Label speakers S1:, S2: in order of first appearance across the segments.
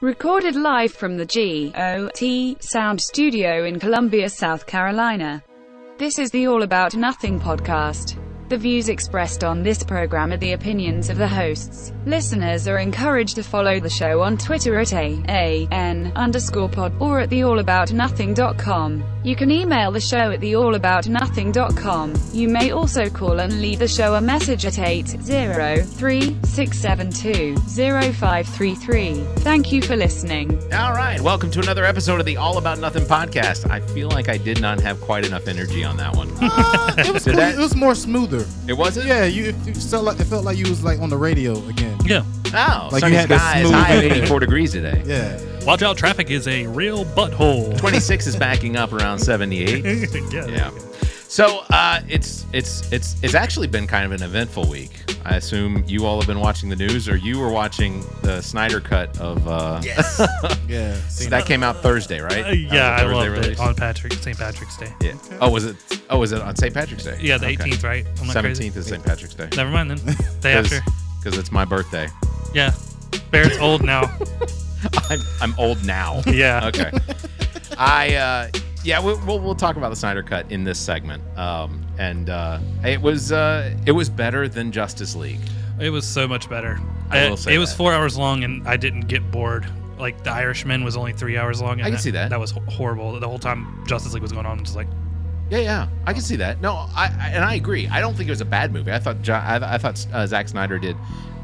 S1: recorded live from the G.O.T. Sound Studio in Columbia, South Carolina. This is the All About Nothing podcast. The views expressed on this program are the opinions of the hosts. Listeners are encouraged to follow the show on Twitter at AAN underscore pod or at theallaboutnothing.com. You can email the show at theallaboutnothing.com. You may also call and leave the show a message at 803-672-0533. Thank you for listening.
S2: All right, welcome to another episode of the All About Nothing podcast. I feel like I did not have quite enough energy on that one.
S3: Uh, it was
S2: Did
S3: pretty-
S2: that-
S3: it was more smoother.
S2: It wasn't.
S3: Yeah, you it, it felt like it felt like you was like on the radio again.
S4: Yeah.
S2: Oh,
S3: Like
S2: sunny
S3: you had to
S2: skies,
S3: smooth
S2: high at
S3: it in.
S2: 84 degrees today.
S3: Yeah,
S4: Watch out, traffic is a real butthole.
S2: 26 is backing up around 78.
S4: yeah.
S2: Yeah. So uh, it's it's it's it's actually been kind of an eventful week. I assume you all have been watching the news, or you were watching the Snyder cut of. Uh, yes.
S3: yeah. See,
S2: that came out Thursday, right? That
S4: Uh,
S2: was a
S4: yeah, I
S2: Thursday
S4: loved
S2: release.
S4: it on Patrick St. Patrick's Day.
S2: Yeah. Oh, was it? Oh, was it on St. Patrick's Day?
S4: Yeah, the
S2: Okay.
S4: 18th, right? I'm not crazy.
S2: 17th is St. Patrick's Day.
S4: Never mind then. Day after.
S2: Because it's my birthday.
S4: Yeah. Barrett's old now.
S2: I'm, I'm old now.
S4: Yeah.
S2: Okay. I uh, yeah, we, we'll we'll talk about the Snyder Cut in this segment. Um, and uh, it was uh, it was better than Justice League.
S4: It was so much better.
S2: I
S4: it,
S2: will say
S4: it was
S2: that.
S4: four hours long, and I didn't get bored. Like the Irishman was only three hours long. And
S2: I can see that.
S4: That was ho- horrible. The whole time Justice League was going on, I'm just like,
S2: Yeah, yeah, I can see that. No, I, I and I agree. I don't think it was a bad movie. I thought jo- I, I thought uh, Zack Snyder did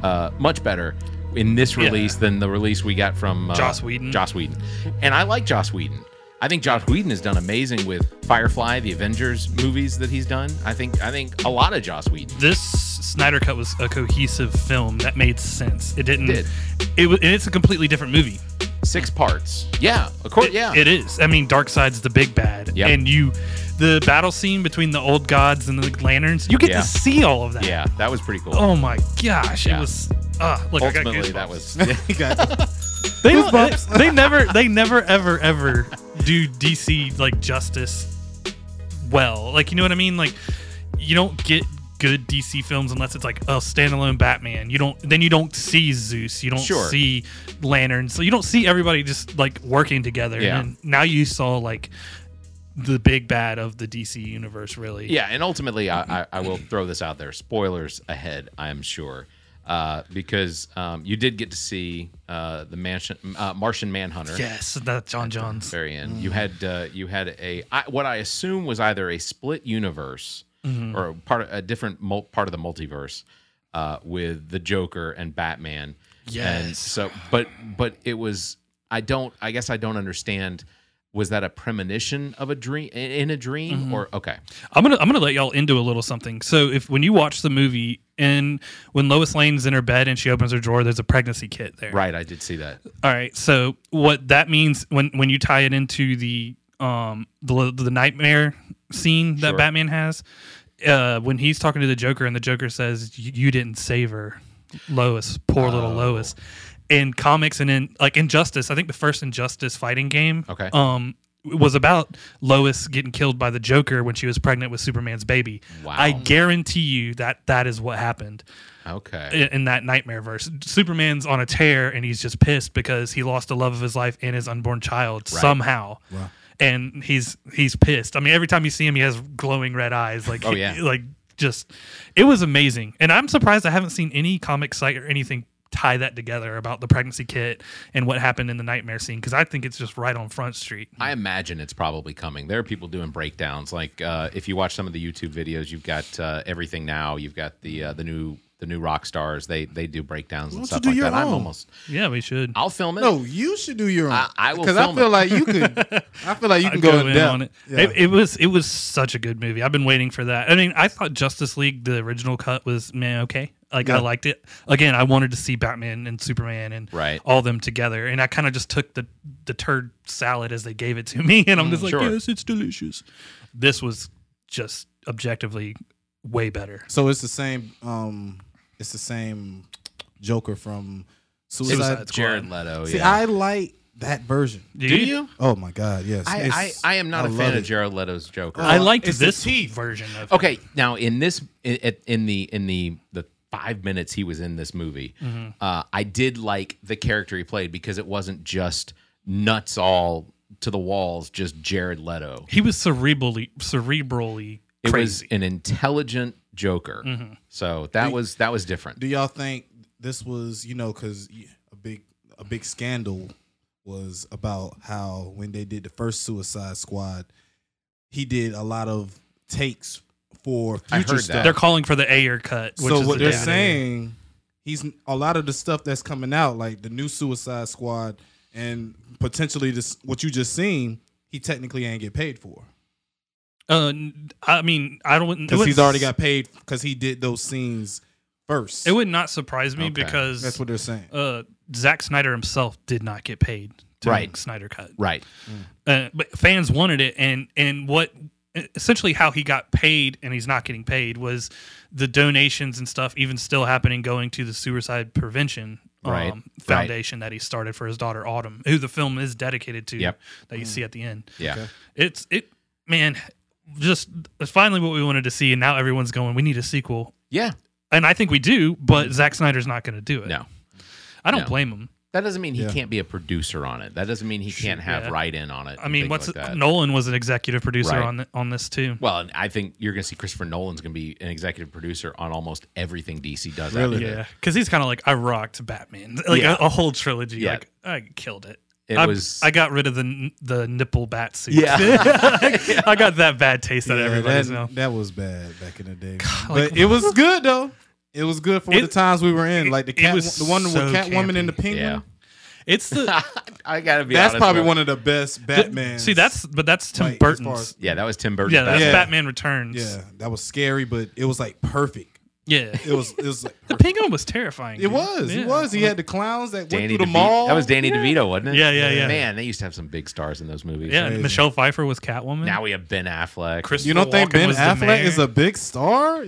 S2: uh, much better in this
S4: Yeah.
S2: release than the release we got from uh,
S4: Joss Whedon.
S2: Joss Whedon, and I like Joss Whedon. I think Joss Whedon has done amazing with Firefly, the Avengers movies that he's done. I think I think a lot of Joss Whedon.
S4: this Snyder cut was a cohesive film that made sense. It didn't.
S2: It
S4: It,
S2: did.
S4: was. And it's a completely different movie.
S2: six parts. Yeah, of course.
S4: It-
S2: yeah,
S4: it is. I mean, Dark Side's the big bad,
S2: Yep.
S4: and you, the battle scene between the old gods and the lanterns, you get
S2: Yeah.
S4: to see all of that.
S2: yeah, that was pretty cool.
S4: Oh my gosh,
S2: Yeah.
S4: it was. Uh, look, I
S2: Ultimately, that
S4: got goosebumps.
S2: was
S3: you got
S4: They, don't- uh,
S3: Goosebumps.
S4: they never, they never, ever, ever do DC like justice well. Like you know what I mean? Like you don't get good DC films unless it's like a standalone Batman. You don't, then you don't see Zeus, you don't
S2: Sure.
S4: see Lanterns, so you don't see everybody just like working together.
S2: Yeah.
S4: And now you saw like the big bad of the DC universe, really.
S2: yeah. And ultimately, I, I, I will throw this out there. Spoilers ahead, I'm sure, uh, because um, you did get to see uh, the mansion, uh, Martian Manhunter.
S4: Yes, Mm. that's John Johns.
S2: Very end. You had uh, you had a I, what I assume was either a split universe
S4: Mm-hmm.
S2: or a part of, a different mul- part of the multiverse uh, with the Joker and Batman. And
S4: Yes.
S2: so, but but it was I don't I guess I don't understand. Was that a premonition of a dream in a dream
S4: Mm-hmm.
S2: or okay?
S4: I'm gonna I'm gonna let y'all into a little something. So if when you watch the movie and when Lois Lane's in her bed and she opens her drawer, there's a pregnancy kit there.
S2: Right, I did see that.
S4: All right. So what that means when when you tie it into the um the the nightmare scene that
S2: Sure.
S4: Batman has, uh, when he's talking to the Joker and the Joker says, "You you didn't save her, Lois, poor little
S2: Oh.
S4: Lois." In comics and in like Injustice, I think the first Injustice fighting game.
S2: Okay.
S4: Um. Was about Lois getting killed by the Joker when she was pregnant with Superman's baby.
S2: Wow.
S4: I guarantee you that that is what happened
S2: Okay,
S4: in in that nightmare verse. Superman's on a tear and he's just pissed because he lost the love of his life and his unborn child somehow. And he's he's pissed. I mean, every time you see him, he has glowing red eyes. Like
S2: Oh, yeah.
S4: like just it was amazing. And I'm surprised I haven't seen any comic site or anything tie that together about the pregnancy kit and what happened in the nightmare scene because I think it's just right on Front Street.
S2: I imagine it's probably coming. There are people doing breakdowns. Like uh, if you watch some of the YouTube videos, you've got uh, everything now. You've got the uh, the new the new rock stars. They they do breakdowns and
S3: don't you
S2: stuff
S3: do
S2: like
S3: your
S2: that. I'm
S3: own?
S2: almost.
S4: Yeah, we should.
S2: I'll film it.
S3: no, you should do your own.
S2: I- I will
S3: because I
S2: film
S3: feel
S2: it.
S3: like you could. I feel like you can
S4: I'd
S3: go, in, depth.
S4: on it.
S3: Yeah.
S4: it. It was it was such a good movie. I've been waiting for that. I mean, I thought Justice League the original cut was man okay. Like I
S3: Yeah.
S4: liked it. Again, I wanted to see Batman and Superman and
S2: Right.
S4: all them together, and I kind of just took the the turd salad as they gave it to me, and I'm
S3: Mm,
S4: just like,
S2: sure.
S4: yes, it's delicious. This was just objectively way better.
S3: So it's the same. Um, it's the same Joker from Suicide.
S4: Suicide Squad.
S2: Jared Leto.
S3: See,
S2: yeah.
S3: I like that version.
S2: do you?
S3: Oh my god, yes.
S2: I,
S3: It's-
S2: I, I am not
S3: I
S2: a
S3: love
S2: fan
S3: it.
S2: of Jared Leto's Joker.
S4: I liked
S3: It's the
S4: this
S3: Uh, teeth.
S4: version of it.
S2: okay, now in this in, in the in the the five minutes he was in this movie,
S3: Mm-hmm.
S2: uh, I did like the character he played because it wasn't just nuts all to the walls, just Jared Leto.
S4: He was cerebrally cerebrally
S2: It
S4: crazy. Mm-hmm.
S2: was an intelligent Joker. So that was that was different.
S3: Do y'all think this was, you know, because a big a big scandal was about how when they did the first Suicide Squad, he did a lot of takes for
S2: I heard
S3: future
S2: that.
S3: stuff.
S4: They're calling for the Ayer cut. Which
S3: So
S4: is
S3: what
S4: the
S3: they're
S4: designated-
S3: saying, he's a lot of the stuff that's coming out, like the new Suicide Squad and potentially this what you just seen, he technically ain't get paid for
S4: Uh, n- I mean, I don't.
S3: because he's already got paid because he did those scenes first.
S4: It would not surprise me
S2: Okay.
S4: because
S3: that's what they're saying.
S4: uh, Zack Snyder himself did not get paid to
S2: Right.
S4: make Snyder cut.
S2: Right.
S4: Uh, but fans wanted it, and and what e, essentially how he got paid, and he's not getting paid, was the donations and stuff, even still happening, going to the suicide prevention. Um,
S2: Right. Right.
S4: foundation that he started for his daughter Autumn, who the film is dedicated to,
S2: Yep.
S4: that you see at the end.
S2: Yeah.
S4: It's it, man. Just it's finally what we wanted to see, and now everyone's going. We need a sequel,
S2: Yeah.
S4: and I think we do, but Zack Snyder's not going to do it.
S2: No.
S4: I don't
S2: no.
S4: blame him.
S2: That doesn't mean he
S3: Yeah.
S2: can't be a producer on it. That doesn't mean he can't have
S4: yeah.
S2: write in on it.
S4: I
S2: and
S4: mean,
S2: things
S4: what's
S2: like that.
S4: Nolan was an executive producer
S2: Right.
S4: on th- on this too.
S2: Well, and I think you're going to see Christopher Nolan's going to be an executive producer on almost everything DC does.
S3: Really?
S2: After
S4: Yeah,
S2: this.
S4: because he's kind of like I rocked Batman, like
S2: Yeah.
S4: a, a whole trilogy.
S2: Yeah.
S4: Like I killed it.
S2: It
S4: I,
S2: was-
S4: I got rid of the n- the nipple bat suit.
S2: Yeah.
S4: I got that bad taste out
S3: Yeah,
S4: of everybody's
S3: that,
S4: mouth.
S3: that was bad back in the day.
S4: like-
S3: but it was good though. It was good for
S4: It-
S3: the times we were in. Like the
S4: it
S3: cat,
S4: was
S3: the one
S4: so
S3: with Catwoman and the
S4: campy.
S3: Penguin.
S2: Yeah.
S4: It's the
S2: I got to be
S3: That's
S2: honest,
S3: probably
S2: though.
S3: one of the best Batman.
S4: see that's but that's Tim
S3: Like, as far
S4: Burton's.
S3: as-
S2: Yeah, that was Tim Burton.
S4: yeah, that's
S3: Yeah.
S4: Batman Returns.
S3: yeah, that was scary, but it was like perfect.
S4: yeah.
S3: It was it was like
S4: The penguin was terrifying.
S3: It
S4: dude.
S3: was.
S4: Yeah.
S3: It was. He had the clowns that went
S2: Danny
S3: through the
S2: DeVito.
S3: mall.
S2: That was Danny DeVito, wasn't it?
S4: Yeah, yeah, yeah.
S2: Man, they used to have some big stars in those movies.
S4: Yeah,
S3: Crazy.
S4: Michelle Pfeiffer was Catwoman.
S2: Now we have Ben Affleck.
S4: Chris-
S3: You don't think
S4: Walken
S3: Ben
S4: was the
S3: Affleck
S4: mayor.
S3: is a big star?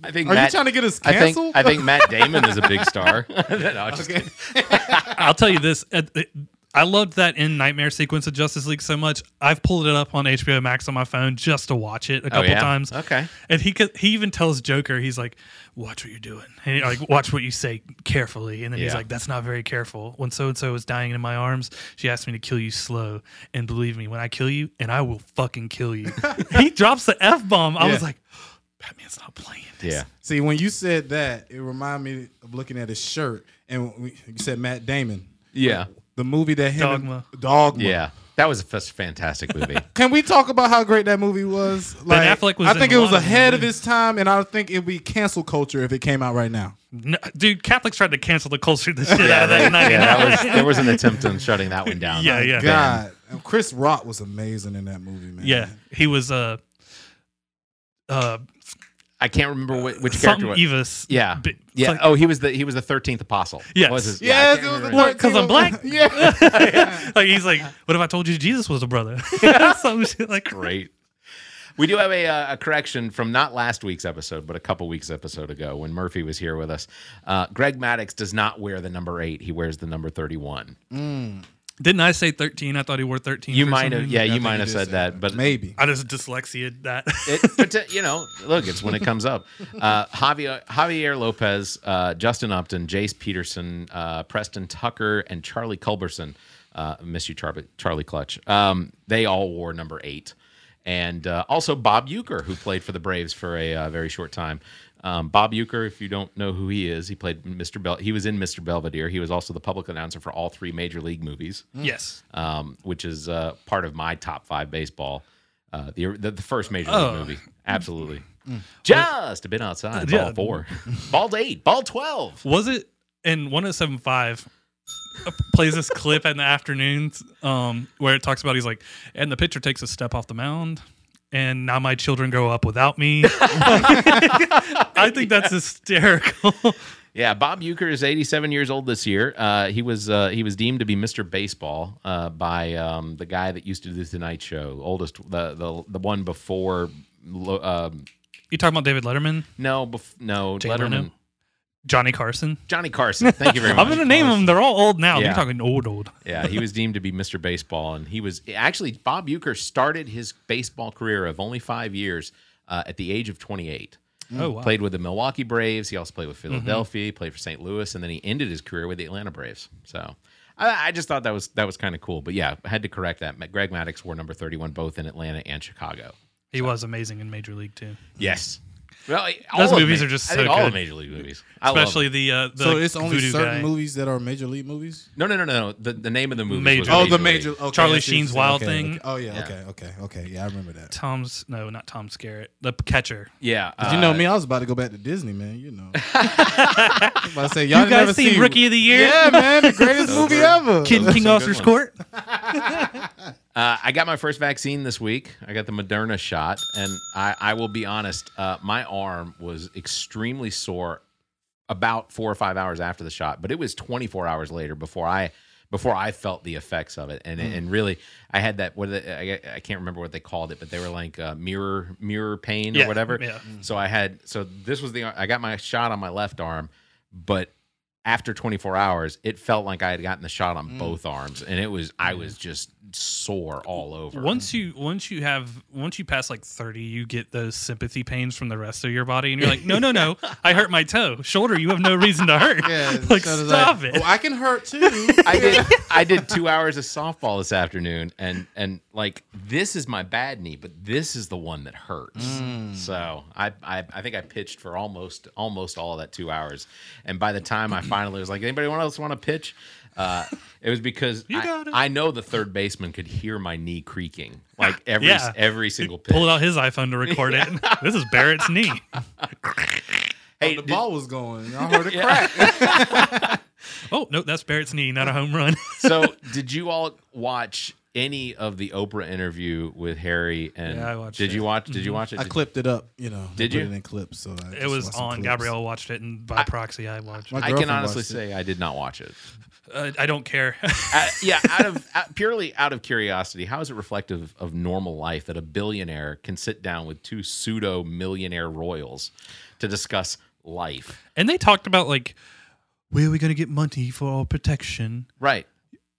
S2: I think
S3: Are
S2: Matt,
S3: you trying to get us
S2: I think
S3: canceled?
S2: I think Matt Damon is a big star. No, I'm just kidding.
S4: I'll tell you this. at- it- I loved that in Nightmare sequence of Justice League so much. I've pulled it up on HBO Max on my phone just to watch it a couple
S2: Oh, yeah?
S4: times.
S2: Okay.
S4: And he could, he even tells Joker, he's like, "Watch what you're doing. And he, like, watch what you say carefully." And then he's
S2: Yeah.
S4: like, "That's not very careful." When so and so was dying in my arms, she asked me to kill you slow. And believe me, when I kill you, and I will fucking kill you. he drops the f bomb. I was
S3: Yeah.
S4: like, "Batman's not playing." This.
S2: Yeah.
S3: See, when you said that, it reminded me of looking at his shirt, and when you said Matt Damon,
S2: Yeah.
S3: the movie that him
S4: Dogma.
S3: Dogma.
S2: Yeah. That was a f- fantastic movie.
S3: Can we talk about how great that movie was? Like,
S4: Affleck was
S3: I
S4: in
S3: think
S4: a
S3: it was
S4: lot of
S3: ahead
S4: them,
S3: of his time, and I think it'd be cancel culture if it came out right now.
S4: No, dude, Catholics tried to cancel the culture the shit out of that.
S2: yeah,
S4: in 99.
S2: that was there was an attempt on shutting that one down.
S4: Yeah, yeah.
S3: God, And Chris Rock was amazing in that movie, man.
S4: Yeah, he was uh uh
S2: I can't remember wh- which character.
S4: something
S2: was.
S4: Evis.
S2: Yeah.
S4: Bi-
S2: yeah.
S4: like-
S2: oh, he was the he was the thirteenth apostle.
S4: Yes.
S2: Was his- yeah, I
S3: Yes,
S2: can't
S3: it was the
S2: remember his-
S4: What, 'cause I'm
S3: 13
S4: black?
S3: yeah.
S4: like he's like, what if I told you Jesus was a brother? Some shit like
S2: great. We do have a, uh, a correction from not last week's episode, but a couple weeks episode ago when Murphy was here with us. Uh, Greg Maddox does not wear the number eight; he wears the number thirty-one.
S4: Didn't I say thirteen? I thought he wore thirteen.
S2: You
S4: for
S2: might
S4: some
S2: have, yeah,
S4: reason.
S2: you
S3: I
S2: might
S3: think
S2: have
S3: he
S2: said
S3: did say
S2: that, but
S3: Maybe.
S4: I just dyslexia that.
S2: it, but to- you know, look, it's when it comes up. Uh, Javier, Javier Lopez, uh, Justin Upton, Jace Peterson, uh, Preston Tucker, and Charlie Culberson. Uh, miss you, Charlie, Charlie Clutch. Um, they all wore number eight. And uh, also Bob Euchre, who played for the Braves for a uh, very short time. Um, Bob Euchre, if you don't know who he is, he played Mr. Bel. He was in Mr. Belvedere. He was also the public announcer for all three major league movies
S4: yes.
S2: um, which is uh, part of my top five baseball. Uh, the, the the first major league
S4: Oh.
S2: movie, absolutely. Just a bit outside. Ball
S4: Mm. yeah.
S2: four, ball eight, ball twelve.
S4: Was it in 1075 uh, plays this clip in the afternoons um, where it talks about he's like, and the pitcher takes a step off the mound, and now my children grow up without me. I think that's hysterical.
S2: Yeah, Bob Euchre is 87 years old this year. Uh, he was uh, he was deemed to be Mr. Baseball uh, by um, the guy that used to do the Tonight Show, oldest the the, the one before. Lo- Um,
S4: you talking about David Letterman,
S2: no, bef- no,
S4: Jay
S2: Letterman,
S4: Leno? Johnny Carson?
S2: Johnny Carson. Thank you very much.
S4: I'm gonna name them. They're all old now.
S2: Yeah.
S4: You're talking old, old.
S2: Yeah, he was deemed to be Mr. Baseball, and he was actually Bob Euchre started his baseball career of only five years uh, at the age of 28.
S4: Oh wow. Mm-hmm.
S2: Played with the Milwaukee Braves. He also played with Philadelphia. He played for St. Louis, and then he ended his career with the Atlanta Braves. So I, I just thought that was that was kind of cool. But yeah, I had to correct that. Greg Maddox wore number thirty-one both in Atlanta and Chicago.
S4: He was amazing in Major League too.
S2: Yes. Well, I-
S4: Those
S2: all of
S4: movies
S2: Ma-
S4: are just
S2: I think
S4: so
S2: all
S4: good.
S2: of Major League movies, I love
S4: Especially the uh the
S3: so it's only
S4: voodoo
S3: certain
S4: guy.
S3: movies that are major league movies.
S2: them. No, no, no, no. The, the name of the movie.
S4: Oh, Major
S2: was
S4: League.
S2: League.
S3: okay,
S4: Charlie
S3: I see what
S4: Sheen's
S3: you're saying.
S4: Wild
S3: Okay,
S4: Thing.
S3: okay. Oh yeah,
S2: Yeah.
S3: Okay. Okay. Okay. Yeah, I remember that.
S4: Tom's no, not Tom Skerritt. The catcher.
S2: Yeah.
S3: 'Cause you know
S2: uh,
S3: me, I was about to go back to Disney, man. You know. I was about to say y'all
S4: You guys
S3: never
S4: seen
S3: seen
S4: Rookie of the Year?
S3: Yeah, man, the greatest
S2: So
S3: movie
S2: good.
S3: ever.
S4: Kid
S2: Those are
S4: King
S2: some good
S4: Oscar's
S2: ones.
S4: Court.
S2: Uh, I got my first vaccine this week. I got the Moderna shot, and I, I will be honest, uh, my arm was extremely sore about four or five hours after the shot, but it was 24 hours later before I before I felt the effects of it,
S4: Hmm.
S2: and and really, I had that what they, I, I can't remember what they called it, but they were like uh, mirror mirror pain or
S4: Yeah,
S2: whatever.
S4: yeah.
S2: So I had so this was the I got my shot on my left arm, but after 24 hours, it felt like I had gotten the shot on both arms, and it was I was just sore all over.
S4: Once you once you have once you pass like 30, you get those sympathy pains from the rest of your body and you're like, "No, no, no. I hurt my toe. Shoulder, you have no reason to hurt."
S3: Yeah, so
S4: like
S3: does
S4: stop
S3: I.
S4: it.
S3: Oh, I can hurt too. Oh,
S2: I did I did two hours of softball this afternoon, and and like this is my bad knee, but this is the one that hurts. So I, I I think I pitched for almost almost all of that two hours, and by the time I finally was like, anybody else want to pitch? Uh, it was because
S4: You
S2: I,
S4: got it. Ah,
S2: I know the third baseman could hear my knee creaking like every
S4: Yeah.
S2: every single pitch.
S4: Pulled out his iPhone to record it. This is Barrett's knee.
S2: Hey,
S3: the
S2: did-
S3: ball was going. I heard it crack.
S4: Oh, no, that's Barrett's knee, not a home run.
S2: so did you all watch any of the Oprah interview with Harry and
S4: Yeah, I watched
S2: did
S4: it. Mhm.
S2: you watch did you watch it
S3: I
S2: Did-
S3: clipped it up, you know.
S2: Did
S3: put
S2: you?
S3: It in clips, so I
S4: it
S3: just
S4: was
S3: watched some
S4: on.
S3: clips.
S4: Gabrielle watched it, and by proxy, I watched.
S3: My
S4: it.
S2: I can
S3: girlfriend
S2: honestly
S3: watched it.
S2: say I did not watch it.
S4: Uh, I don't care.
S2: Uh, yeah, out of uh, purely out of curiosity, how is it reflective of normal life that a billionaire can sit down with two pseudo millionaire royals to discuss life?
S4: and they talked about like, where are we going to get money for our protection?
S2: Right.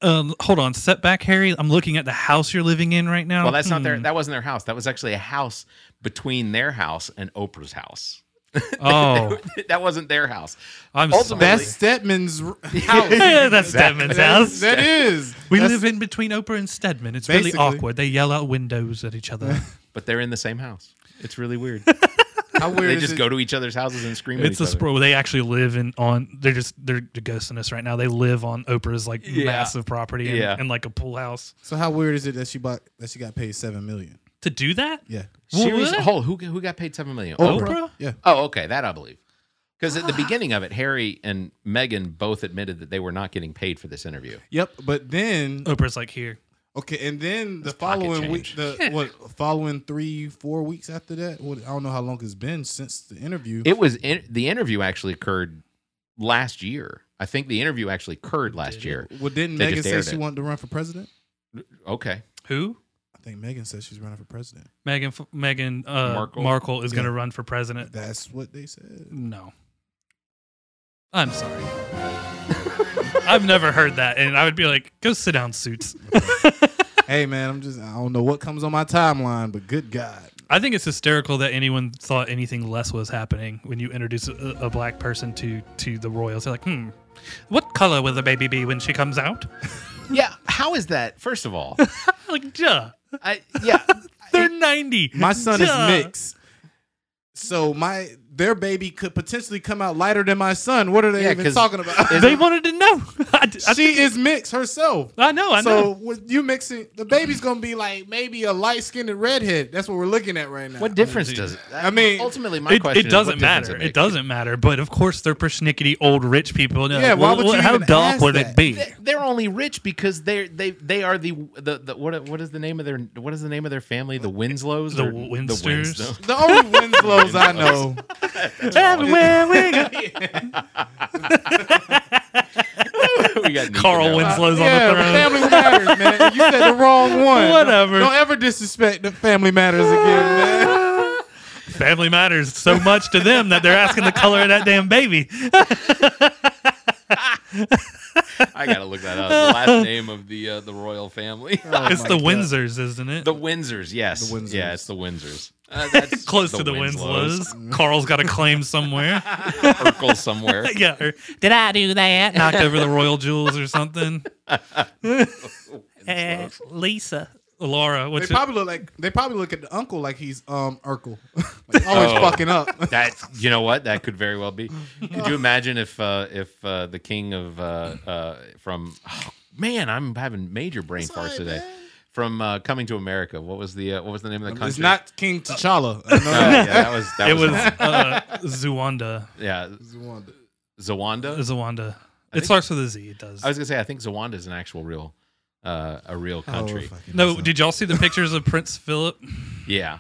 S4: Uh, hold on, step back, Harry. I'm looking at the house you're living in right now.
S2: Well, that's not
S4: Hmm.
S2: their. That wasn't their house. That was actually a house between their house and Oprah's house.
S4: Oh,
S2: that wasn't their house.
S4: I'm
S2: Ultimately-
S4: sorry.
S3: That's Stedman's r- house.
S4: Yeah, that's Stedman's house.
S3: That is.
S4: we
S3: That's-
S4: live in between Oprah and Stedman. It's really
S3: Basically.
S4: awkward. They yell out windows at each other.
S2: But they're in the same house. It's really weird.
S3: How weird
S2: they
S3: is
S2: just
S3: it?
S2: go to each other's houses and scream.
S4: it's
S2: at
S4: a
S2: each other.
S4: sprawl. They actually live in on. They're just they're ghosting us right now. They live on Oprah's like
S2: Yeah.
S4: massive property and,
S2: Yeah.
S4: and like a pool house.
S3: So how weird is it that she bought that she got paid seven million?
S4: To do that,
S3: Yeah.
S2: Serious-
S4: What?
S2: Hold. Who who got paid seven million?
S4: Oprah?
S3: Yeah.
S2: Oh, okay, that I believe. Because at the beginning of it, Harry and Meghan both admitted that they were not getting paid for this interview.
S3: Yep. But then
S4: Oprah's like here.
S3: okay, and then the
S2: pocket
S3: following week,
S2: change.
S3: the what following three four weeks after that, what I don't know how long it's been since the interview.
S2: It was in, the interview actually occurred last year. I think the interview actually occurred last year.
S3: well, didn't
S2: They
S3: Megan
S2: just
S3: say
S2: aired
S3: she
S2: it.
S3: wanted to run for president?
S2: Okay,
S4: Who?
S3: I think Megan said she's running for president.
S4: Megan Megan uh,
S2: Markle.
S4: Markle. is going to run for president.
S3: That's what they said.
S4: No. I'm sorry. I've never heard that, and I would be like, "Go sit down, suits."
S3: hey man, I'm just I don't know what comes on my timeline, but good God.
S4: I think it's hysterical that anyone thought anything less was happening when you introduce a, a black person to to the royals. They're like, "Hmm, what color will the baby be when she comes out?"
S2: yeah. How is that? First of all,
S4: like, duh.
S2: I, yeah,
S4: They're ninety.
S3: My son
S4: Duh.
S3: is mixed. So my their baby could potentially come out lighter than my son. What are they
S2: Yeah,
S3: even
S2: 'cause
S3: talking about?
S4: They wanted to know. I, d- I
S3: she
S4: think-
S3: is mixed herself.
S4: I know. I
S3: so
S4: know.
S3: with you mixing the baby's gonna be like maybe a light skinned redhead. That's what we're looking at right now.
S2: what difference does it?
S3: I mean-
S2: ultimately, my
S4: It,
S2: question
S4: it
S2: is,
S4: doesn't
S2: what difference
S4: matter. It,
S2: makes?
S4: doesn't matter. But of course, they're persnickety old rich people. and they're
S3: Yeah,
S4: like,
S3: why
S4: "Well,
S3: would you
S4: what- How
S3: even
S4: dull
S3: ask
S4: would
S3: that?"
S4: it be?
S2: They're- They're only rich because they're they they are the the, the what what is the name of their what is the name of their family the Winslows
S4: The
S2: or-
S4: Winsters?
S2: Winslow-
S3: The only Winslows I know.
S4: Everywhere we go.
S2: we got Nico
S4: Carl
S2: now.
S4: Winslow's
S3: yeah,
S4: on the throne.
S3: Family Matters, man. You said the wrong one.
S4: Whatever.
S3: Don't ever disrespect the Family Matters again, man.
S4: Family matters so much to them that they're asking the color of that damn baby.
S2: I gotta look that up. The last name of the uh, the royal family.
S4: it's the Windsors, isn't it?
S2: Oh The Windsors, yes.
S3: The Windsors.
S2: Yeah, it's the Windsors. Uh, that's
S4: Close to the
S2: Winslows.
S4: Winslows. Carl's got a claim somewhere.
S2: Urkel somewhere.
S4: yeah. Or, Did I do that? Knocked over the royal jewels or something. Eh, Lisa. Laura.
S3: They
S4: What's it?
S3: probably look like they probably look at the uncle like he's um Urkel, Like, always
S2: Oh.
S3: fucking up.
S2: That you know what that could very well be. Could you imagine if uh, if uh, the king of uh, uh, from oh, man, I'm having major brain farts today. From uh, coming to America, what was the uh, what was the name of the country?
S3: It's not King T'Challa. I know
S2: Uh,
S3: that.
S2: yeah, that was that
S4: It
S2: was,
S4: was uh, Zuanda.
S2: yeah
S3: Zawanda.
S2: Zawanda.
S4: Zawanda.
S2: think-
S4: It starts with a Z. It does.
S2: I was gonna say I think Zawanda is an actual real uh, a real
S3: Oh,
S2: country.
S3: fucking
S4: no,
S3: son.
S4: did y'all see the pictures of Prince Philip?
S2: yeah,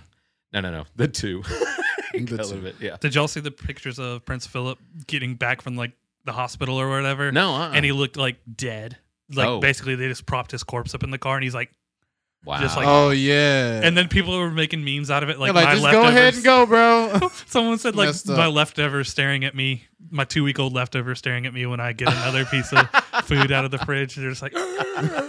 S2: no, no, no, the two.
S3: The
S2: I love
S3: two.
S2: it. Yeah.
S4: Did y'all see the pictures of Prince Philip getting back from like the hospital or whatever?
S2: No. Uh-uh.
S4: And he looked like dead. Like
S2: Oh.
S4: basically they just propped his corpse up in the car and he's like
S2: wow.
S4: just like-
S3: Oh yeah.
S4: and then people were making memes out of it
S3: They're
S4: like,
S3: like,
S4: my
S3: just go
S4: leftovers.
S3: ahead and go, bro.
S4: Someone said like
S3: Messed up.
S4: my leftover staring at me, my two week old leftover staring at me when I get another piece of food out of the fridge. And they're just like
S3: Oh,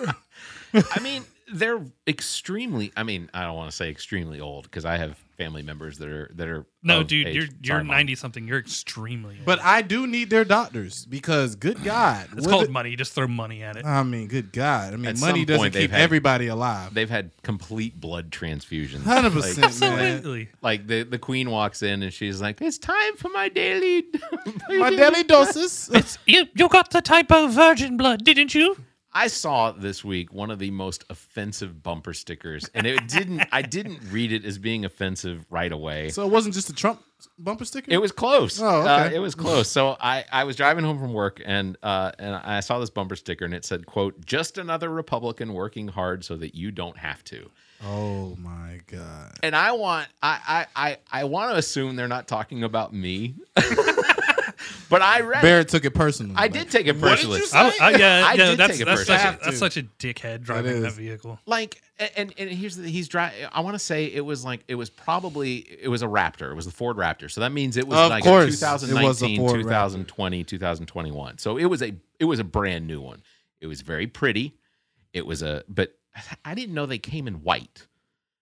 S2: I mean, they're extremely. I mean, I don't want to say extremely old because I have family members that are that are.
S4: No,
S2: of
S4: dude,
S2: age.
S4: you're
S2: Sorry,
S4: you're
S2: Mom.
S4: ninety something. You're extremely old.
S3: but I do need their doctors because good God,
S4: it's
S3: what
S4: called
S3: the-
S4: money. You just throw money at it.
S3: I mean, good God. I mean,
S2: At
S3: money
S2: some
S3: doesn't
S2: point they've
S3: keep
S2: had-
S3: everybody alive.
S2: They've had complete blood transfusions. Like-
S3: Hundred percent, man.
S4: Absolutely.
S2: Like the, the queen walks in and she's like, "It's time for my daily,
S3: My daily doses.
S4: You you got the type of virgin blood, didn't you?
S2: I saw this week one of the most offensive bumper stickers, and it didn't. I didn't read it as being offensive right away.
S3: so it wasn't just a Trump bumper sticker.
S2: It was close.
S3: Oh,
S2: Uh,
S3: okay.
S2: it was close. So I, I was driving home from work and uh, and I saw this bumper sticker and it said, "quote Just another Republican working hard so that you don't have to."
S3: oh my God.
S2: And I want I I I, I want to assume they're not talking about me, but I read. it.
S3: Barrett took it personally.
S2: I did take it personally.
S3: you say?
S4: I, I, yeah,
S2: I
S4: yeah,
S2: did
S4: that's
S2: take it
S4: that's
S2: personally.
S4: such,
S2: Have
S4: a,
S3: to.
S4: that's such a dickhead driving that
S3: is.
S4: vehicle.
S2: like and and here's the, he's driving i want to say it was like it was probably it was a raptor it was the ford raptor so that means it was
S3: Of
S2: like
S3: course, it
S2: a
S3: was a
S2: 2019
S3: Ford Raptor.
S2: 2020 2021 so it was a it was a brand new one it was very pretty it was a but i didn't know they came in white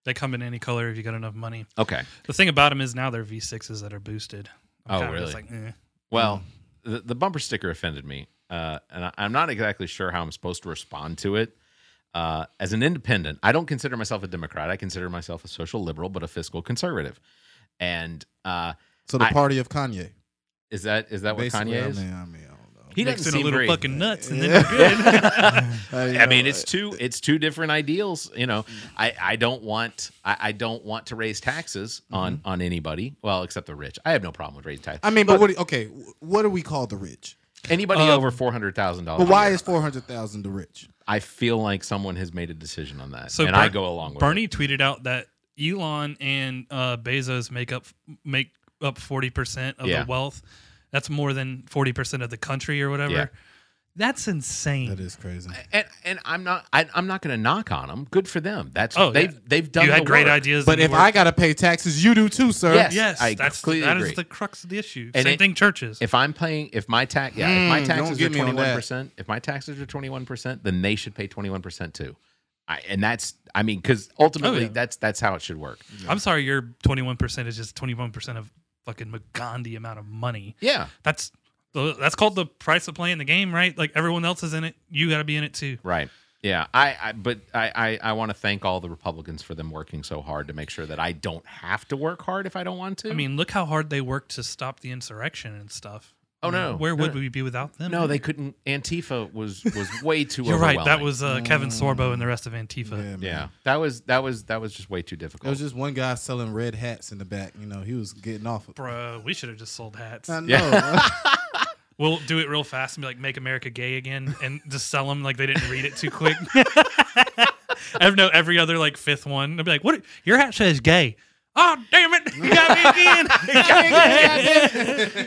S4: They come in any color if you got enough money.
S2: okay
S4: The thing about them is now they're V6s that are boosted.
S2: Oh,
S4: kinda
S2: really?
S4: like, eh.
S2: well
S3: Mm.
S2: the, the bumper sticker offended me uh, and I, i'm not exactly sure how i'm supposed to respond to it uh, as an independent, I don't consider myself a Democrat. I consider myself a social liberal, but a fiscal conservative. And uh,
S3: So the
S2: I-
S3: party of Kanye.
S2: Is that is that what
S3: Basically,
S2: Kanye
S3: I
S2: is?
S3: mean, I mean, I don't know.
S2: He
S4: Mix
S2: doesn't
S4: in a
S2: seem
S4: little
S2: very.
S4: fucking nuts, and then
S3: Yeah.
S4: you're good.
S2: I mean,
S3: uh,
S2: it's two it's two different ideals. You
S3: Mm.
S2: know, I I don't want I, I don't want to raise taxes on
S3: Mm-hmm.
S2: on anybody. Well, except the rich. I have no problem with raising taxes.
S3: I mean, but what? do- Okay, what do we call the rich?
S2: Anybody
S4: Uh,
S2: over four hundred thousand dollars.
S3: um, But why is four hundred thousand the rich?
S2: I feel like someone has made a decision on that,
S4: So
S2: and
S4: Ber-
S2: I go along with
S4: Bernie tweeted out that Elon and uh, Bezos make up make up forty percent of
S2: Yeah.
S4: the wealth. That's more than forty percent of the country or whatever.
S2: Yeah.
S4: That's insane.
S3: That is crazy.
S2: it. And and I'm not I, I'm not going to knock on them. Good for them. That's
S4: Oh,
S2: they've
S4: yeah.
S2: they've done.
S4: you had
S2: the
S4: great
S2: work.
S4: ideas,
S3: But
S4: and
S3: if
S4: you
S3: I
S4: worked-
S3: gotta pay taxes, you do too, sir.
S2: Yes.
S4: yes,
S2: I
S4: that's
S2: completely
S4: that is
S2: agree.
S4: the crux of the issue.
S2: And
S4: Same
S2: it-
S4: thing, churches.
S2: If I'm paying, if my tax, yeah, if my
S3: Mm, don't
S2: taxes are
S3: get me on
S2: twenty one
S3: that.
S2: percent, if my taxes are twenty one percent, then they should pay twenty one percent too. I, and that's, I mean, because ultimately,
S4: Oh, yeah.
S2: that's that's how it should work.
S4: I'm sorry, your 21% is just 21% of fucking Gandhi amount of money.
S2: Yeah,
S4: That's the- that's called the price of playing the game, right? Like everyone else is in it, you got to be in it too.
S2: right. Yeah, I, I but I, I, I want to thank all the Republicans for them working so hard to make sure that I don't have to work hard if I don't want to.
S4: I mean, look how hard they worked to stop the insurrection and stuff.
S2: Oh,
S4: You know,
S2: no.
S4: where
S2: No,
S4: would
S2: no.
S4: we be without them?
S2: no, they couldn't. Antifa was was way too.
S4: You're right. That
S2: overwhelming.
S4: was uh, Kevin Sorbo and the rest of Antifa.
S3: man.
S2: yeah. That was that was that was just way too
S3: There was
S2: difficult.
S3: just one guy selling red hats in the back. You know, he was getting off. Of,
S4: Bro, we should have just sold hats.
S3: I know.
S4: We'll do it real fast and be like, "Make America Gay Again," and just sell them like they didn't read it too quick. I know every other like fifth one. I'll be like, "What? Your hat says gay." Oh damn it! You got me again.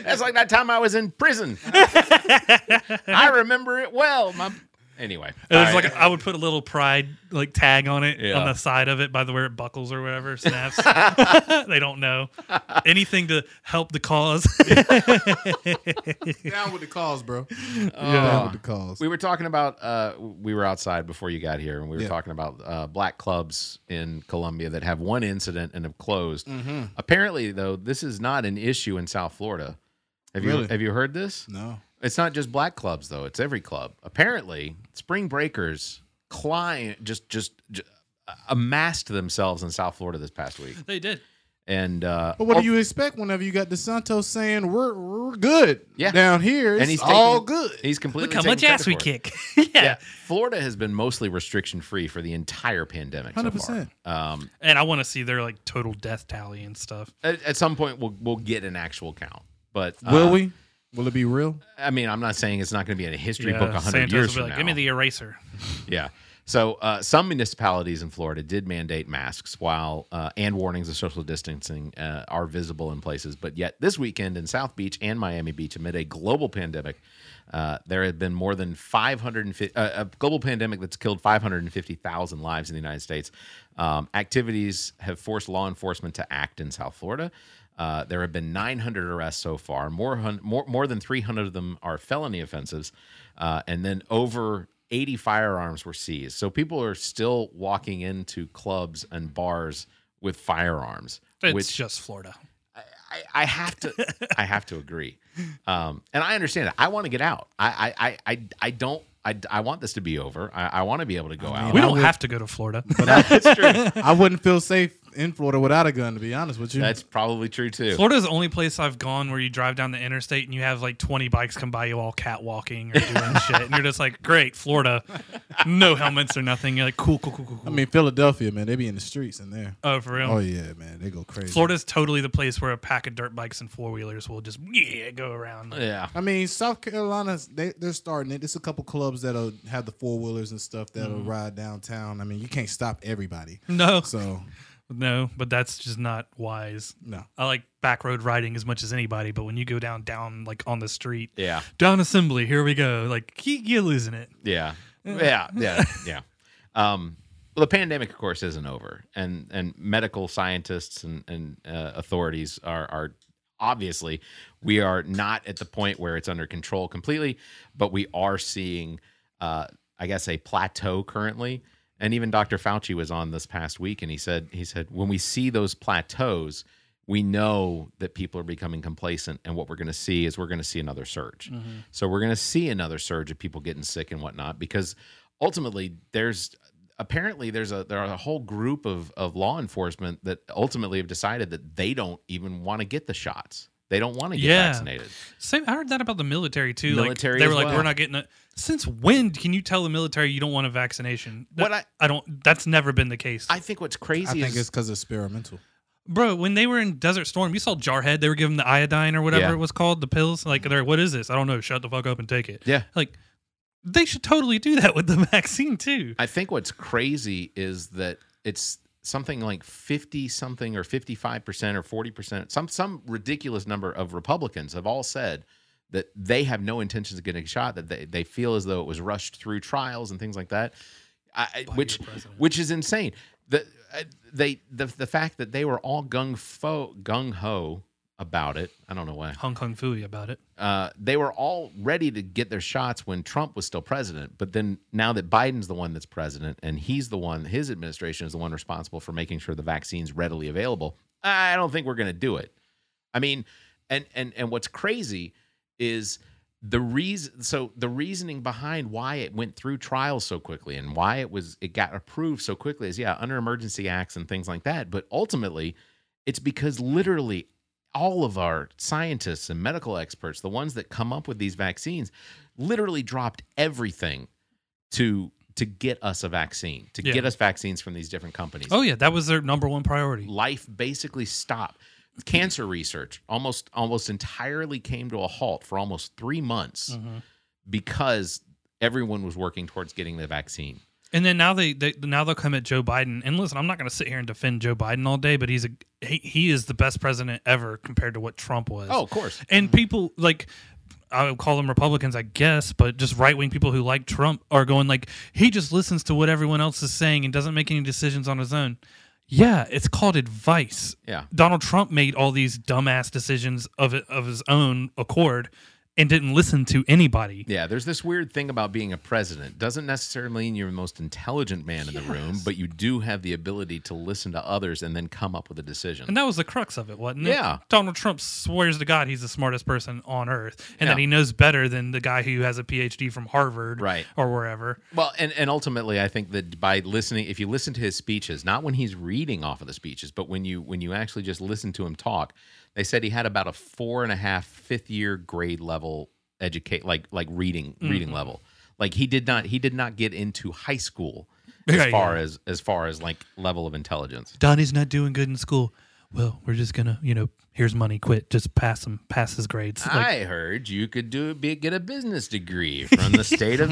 S2: That's like that time I was in prison. I remember it well. My Anyway,
S4: It was
S2: All
S4: like
S2: right.
S4: I would put a little pride like tag on it
S2: Yeah.
S4: on the side of it by the where it buckles or whatever snaps. they don't know anything to help the cause.
S3: Down with the cause, bro. Down
S2: Oh.
S3: with the cause.
S2: we were talking about uh, we were outside before you got here, and we were
S3: Yeah.
S2: talking about uh, black clubs in Colombia that have one incident and have closed.
S3: Mm-hmm.
S2: Apparently, though, this is not an issue in South Florida. Have you
S3: Really?
S2: have you heard this?
S3: No.
S2: It's not just black clubs though; it's every club. Apparently, spring breakers client just just. ju- amassed themselves in South Florida this past week,
S4: they did.
S2: and uh,
S3: But what do you expect whenever you got DeSanto saying we're we're good
S2: Yeah.
S3: down here? It's
S2: and he's taking-
S3: all good.
S2: He's completely
S4: Look how
S2: taking
S4: much ass
S2: credit
S4: we
S2: for it.
S4: kick. yeah.
S2: yeah. Florida has been mostly restriction free for the entire pandemic. Hundred
S3: 100%.
S2: Um,
S4: and I want to see their like total death tally and stuff.
S2: at, at some point, we'll we'll get an actual count, but uh,
S3: Will we? Will it be real?
S2: I mean, I'm not saying it's not going to be in a history
S4: Yeah,
S2: book book hundred
S4: Santos
S2: years
S4: will be
S2: from
S4: like,
S2: now.
S4: Give me the eraser.
S2: yeah. So uh, some municipalities in Florida did mandate masks, while uh, and warnings of social distancing uh, are visible in places. But yet, this weekend in South Beach and Miami Beach, amid a global pandemic, uh, there have been more than 550 uh, a global pandemic that's killed 550,000 lives in the United States. Um, activities have forced law enforcement to act in South Florida. Uh, there have been 900 arrests so far. More, hun- more, more than 300 of them are felony offenses, uh, and then over 80 firearms were seized. So people are still walking into clubs and bars with firearms,
S4: It's
S2: which
S4: just Florida.
S2: I, I have to I have to agree. Um, and I understand it. I want to get out. I I I I, I don't. I, I want this to be over. I, I want to be able to go out.
S4: We
S3: I
S4: don't
S3: would-
S4: have to go to Florida.
S2: That's true.
S3: I wouldn't feel safe in Florida without a gun, to be honest with you.
S2: That's probably true too.
S4: Florida's the only place I've gone where you drive down the interstate and you have like 20 bikes come by you all catwalking or doing shit. And you're just like, great, Florida. No helmets or nothing. You're like, cool, cool, cool, cool.
S3: I
S4: cool.
S3: mean, Philadelphia, man, they be in the streets in there.
S4: oh, for real?
S3: Oh yeah, man, they go crazy.
S4: Florida's totally the place where a pack of dirt bikes and four wheelers will just yeah, go around.
S2: Yeah.
S3: I mean, South Carolina's they they're starting it. There's a couple clubs that'll have the four wheelers and stuff that'll
S2: Mm-hmm.
S3: ride downtown. I mean, you can't stop everybody.
S4: No,
S3: So
S4: no, but that's just not wise.
S3: no,
S4: I like back road riding as much as anybody, but when you go down, down like on the street,
S2: Yeah.
S4: down assembly, here we go. Like, keep you losing it.
S2: Yeah. Yeah. Yeah. Yeah. Um, well, the pandemic, of course, isn't over, and and medical scientists and and uh, authorities are are obviously we are not at the point where it's under control completely, but we are seeing, uh, I guess, a plateau currently. And even Dr. Fauci was on this past week, and he said he said when we see those plateaus, we know that people are becoming complacent, and what we're going to see is we're going to see another surge. So we're going to see another surge of people getting sick and whatnot because ultimately there's apparently there's a there are a whole group of of law enforcement that ultimately have decided that they don't even want to get the shots. They don't want to get
S4: Yeah.
S2: vaccinated.
S4: Same, I heard that about the military too.
S2: Military
S4: like, they
S2: as
S4: were like,
S2: well.
S4: we're not getting it. Since when can you tell the military you don't want a vaccination? That-
S2: What I-
S4: don't. That's never been the case,
S2: I think what's
S3: I
S2: crazy
S3: think it's
S2: is
S3: because experimental.
S4: bro. When they were in Desert Storm, you saw Jarhead. They were giving the iodine or whatever
S2: Yeah.
S4: it was called, the pills. Like, they're what is this? I don't know. Shut the fuck up and take it.
S2: yeah.
S4: Like, they should totally do that with the vaccine too.
S2: I think what's crazy is that it's something like 50 something or 55% or 40%, some some ridiculous number of Republicans have all said that they have no intentions of getting shot, that they, they feel as though it was rushed through trials and things like that, I, I- which which is insane. The, I- they, the, the fact that they were all gung fo gung ho about it, I don't know why
S4: Hong Kong fooey about it.
S2: uh, they were all ready to get their shots when Trump was still president. But then now that Biden's the one that's president and he's the one, his administration is the one responsible for making sure the vaccine's readily available. I don't think we're going to do it. I mean, and and and what's crazy is the reason. So the reasoning behind why it went through trials so quickly and why it was it got approved so quickly is yeah under emergency acts and things like that. But ultimately, it's because literally all of our scientists and medical experts, the ones that come up with these vaccines, literally dropped everything to to get us a vaccine, to
S4: Yeah.
S2: get us vaccines from these different companies
S4: Oh yeah, that was their number one priority.
S2: life basically stopped. Cancer research almost almost entirely came to a halt for almost three months because everyone was working towards getting the vaccine.
S4: And then now they, they now they'll come at Joe Biden. And listen, I'm not going to sit here and defend Joe Biden all day, but he's a he, he is the best president ever compared to what Trump was.
S2: Oh, of course.
S4: and people like I would call them Republicans, I guess, but just right wing people who like Trump are going like he just listens to what everyone else is saying and doesn't make any decisions on his own. Yeah, it's called advice.
S2: Yeah.
S4: Donald Trump made all these dumbass decisions of of his own accord and didn't listen to anybody.
S2: Yeah, there's this weird thing about being a president. Doesn't necessarily mean you're the most intelligent man in the room, but you do have the ability to listen to others and then come up with a decision.
S4: And that was the crux of it, wasn't it?
S2: Yeah.
S4: Donald Trump swears to God he's the smartest person on earth and
S2: Yeah.
S4: that he knows better than the guy who has a PhD from Harvard
S2: Right.
S4: or wherever.
S2: Well, and, and ultimately, I think that by listening, if you listen to his speeches, not when he's reading off of the speeches, but when you when you actually just listen to him talk, they said he had about a four and a half fifth year grade level educate like like reading
S4: Mm-hmm.
S2: reading level. Like he did not he did not get into high school as
S4: Yeah,
S2: far
S4: yeah.
S2: as as far as like level of intelligence.
S4: Donnie's not doing good in school. Well, we're just gonna, you know, here's money, quit, just pass him, pass his grades. Like,
S2: I heard you could do be, get a business degree from the state of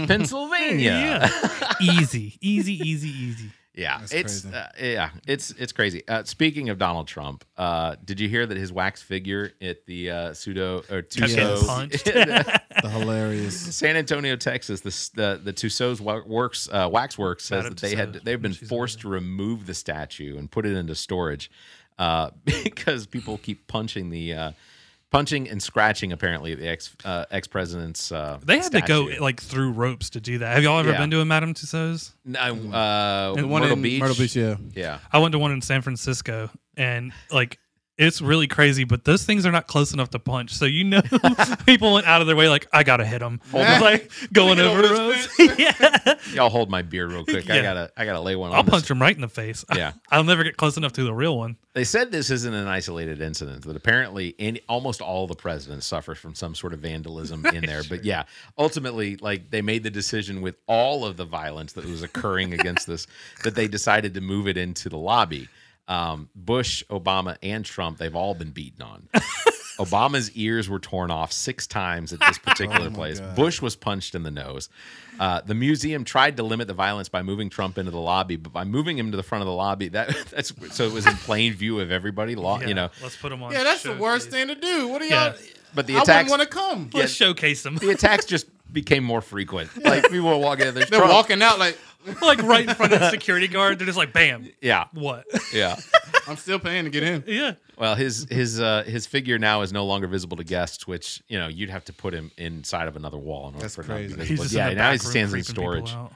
S2: Pennsylvania.
S4: easy, easy, easy, easy.
S2: Yeah,
S3: That's
S2: it's
S3: crazy.
S2: uh, yeah, it's it's crazy. Uh, speaking of Donald Trump, uh, did you hear that his wax figure at the uh, pseudo or
S4: Kept
S3: getting
S2: Tuso
S4: punched.
S3: The hilarious.
S2: San Antonio, Texas, the s- the, the Tussauds Wa- Works uh, Waxworks says
S4: Shout out
S2: that they had
S4: Tussauds.
S2: they've been
S4: She's
S2: forced to remove the statue and put it into storage uh, because people keep punching the uh, punching and scratching apparently the ex uh, ex president's. Uh,
S4: They had to go
S2: statue.
S4: like through ropes to do that. Have y'all ever
S2: Yeah.
S4: been to a Madame Tussauds?
S2: No, uh,
S3: The one
S2: Myrtle
S3: in
S2: Beach.
S3: Myrtle Beach, yeah.
S2: Yeah.
S4: I went to one in San Francisco, and like it's really crazy. But those things are not close enough to punch, so you know people went out of their way. Like I gotta hit them,
S2: on.
S4: like going
S2: Get
S4: over
S2: over
S4: rows.
S2: this
S4: yeah,
S2: Y'all hold my beer real quick. I
S4: Yeah.
S2: gotta I gotta lay one.
S4: I'll
S2: on this
S4: punch them right in the face.
S2: Yeah.
S4: I'll never get close enough to the real one.
S2: They said this isn't an isolated incident, that apparently any, almost all the presidents suffer from some sort of vandalism in there. But yeah, ultimately, like they made the decision with all of the violence that was occurring against this, that they decided to move it into the lobby. Um, Bush, Obama, and Trump, they've all been beaten on. Obama's ears were torn off six times at this particular
S3: Oh my
S2: place.
S3: God.
S2: Bush was punched in the nose. Uh, the museum tried to limit the violence by moving Trump into the lobby, but by moving him to the front of the lobby, that that's so it was in plain view of everybody. Law, you know,
S4: let's put them on.
S3: Yeah, that's the
S4: showcase.
S3: worst thing to do. What are
S4: Yeah.
S3: y'all?
S2: but the
S3: I wouldn't
S2: attacks
S3: want to come.
S4: Let's showcase them,
S2: the attacks just became more frequent. Like people were walking in, there's
S3: They're
S2: Trump.
S3: walking out like
S4: like right in front of the security guard. They're just like, bam.
S2: Yeah,
S4: What?
S2: yeah.
S3: I'm still paying to get in.
S4: yeah.
S2: Well, his his uh, his figure now is no longer visible to guests, which you know you'd have to put him inside of another wall in order
S3: That's
S2: for it not to be
S3: crazy.
S2: visible.
S4: He's just
S2: yeah.
S4: in the
S2: now he
S4: back room
S2: stands in
S4: creeping people
S2: storage.
S4: out.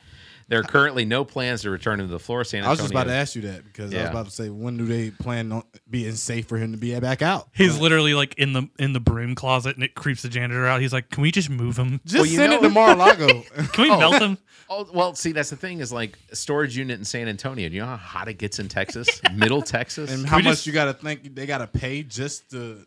S2: There are currently no plans to return him to the floor. San Antonio.
S3: I was just about to ask you that because I
S2: Yeah.
S3: was about to say when do they plan on being safe for him to be back out?
S4: He's literally like in the in the broom closet, and it creeps the janitor out. He's like, "Can we just move him?
S3: Just
S2: Well, you
S3: send
S2: know-
S3: it to Mar-a-Lago.
S4: Can we melt him?"
S2: Oh well, see that's the thing is like a storage unit in San Antonio. Do you know how hot it gets in Texas, middle Texas?
S3: and how
S4: we
S3: much
S4: just-
S3: you got to think they got to pay just to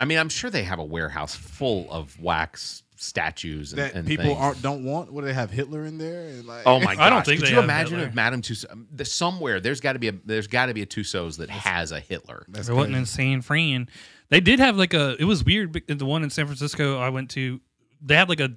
S2: I mean, I'm sure they have a warehouse full of wax statues and,
S3: that
S2: and
S3: people
S2: things.
S3: aren't don't want. What do they have Hitler in there? And like,
S2: Oh my!
S4: I don't
S2: gosh.
S4: think
S2: Could
S4: they
S2: you
S4: have
S2: imagine
S4: Hitler.
S2: if Madame Tussauds there's somewhere there's got to be a there's got to be a Tussauds that has a Hitler.
S3: That's
S4: There wasn't
S3: crazy.
S4: in San Fran. They did have like a. It was weird. bec- The one in San Francisco I went to, they had like a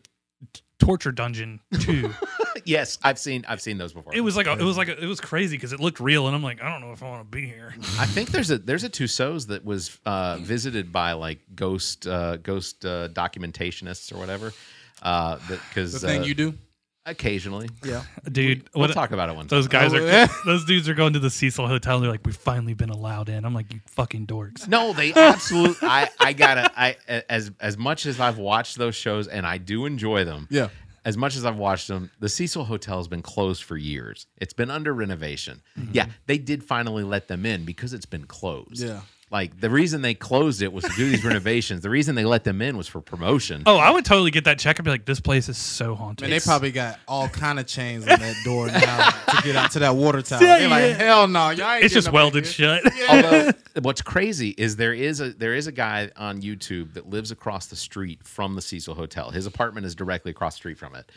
S4: torture dungeon too.
S2: yes, I've seen I've seen those before.
S4: it was like a, it was like a, it was crazy because it looked real, and I'm like, I don't know if I want to be here.
S2: I think there's a there's a Tussauds that was uh, visited by like ghost uh, ghost uh, documentationists or whatever. Uh, because
S3: the thing you do.
S2: occasionally
S3: Yeah,
S4: Dude,
S2: we'll
S4: what
S2: talk about it one time.
S4: those guys
S3: Oh,
S4: are
S3: yeah.
S4: those dudes are going to the Cecil Hotel. and They're like, we've finally been allowed in. I'm like, you fucking dorks.
S2: No, they absolutely. I I gotta. I as as much as I've watched those shows, and I do enjoy them.
S3: yeah.
S2: As much as I've watched them, the Cecil Hotel has been closed for years. It's been under renovation.
S3: Mm-hmm.
S2: Yeah, they did finally let them in because it's been closed.
S3: Yeah.
S2: Like the reason they closed it was to do these renovations. The reason they let them in was for promotion.
S4: Oh, I would totally get that check. I'd be like, this place is so haunted.
S3: Man, they probably got all kind of chains on that door now to get out to that water tower.
S4: Yeah,
S3: They're like,
S4: yeah.
S3: hell no, y'all ain't
S4: it's just
S3: getting up in
S4: welded
S3: here.
S4: shut.
S2: Although what's crazy is there is a there is a guy on YouTube that lives across the street from the Cecil Hotel. His apartment is directly across the street from it,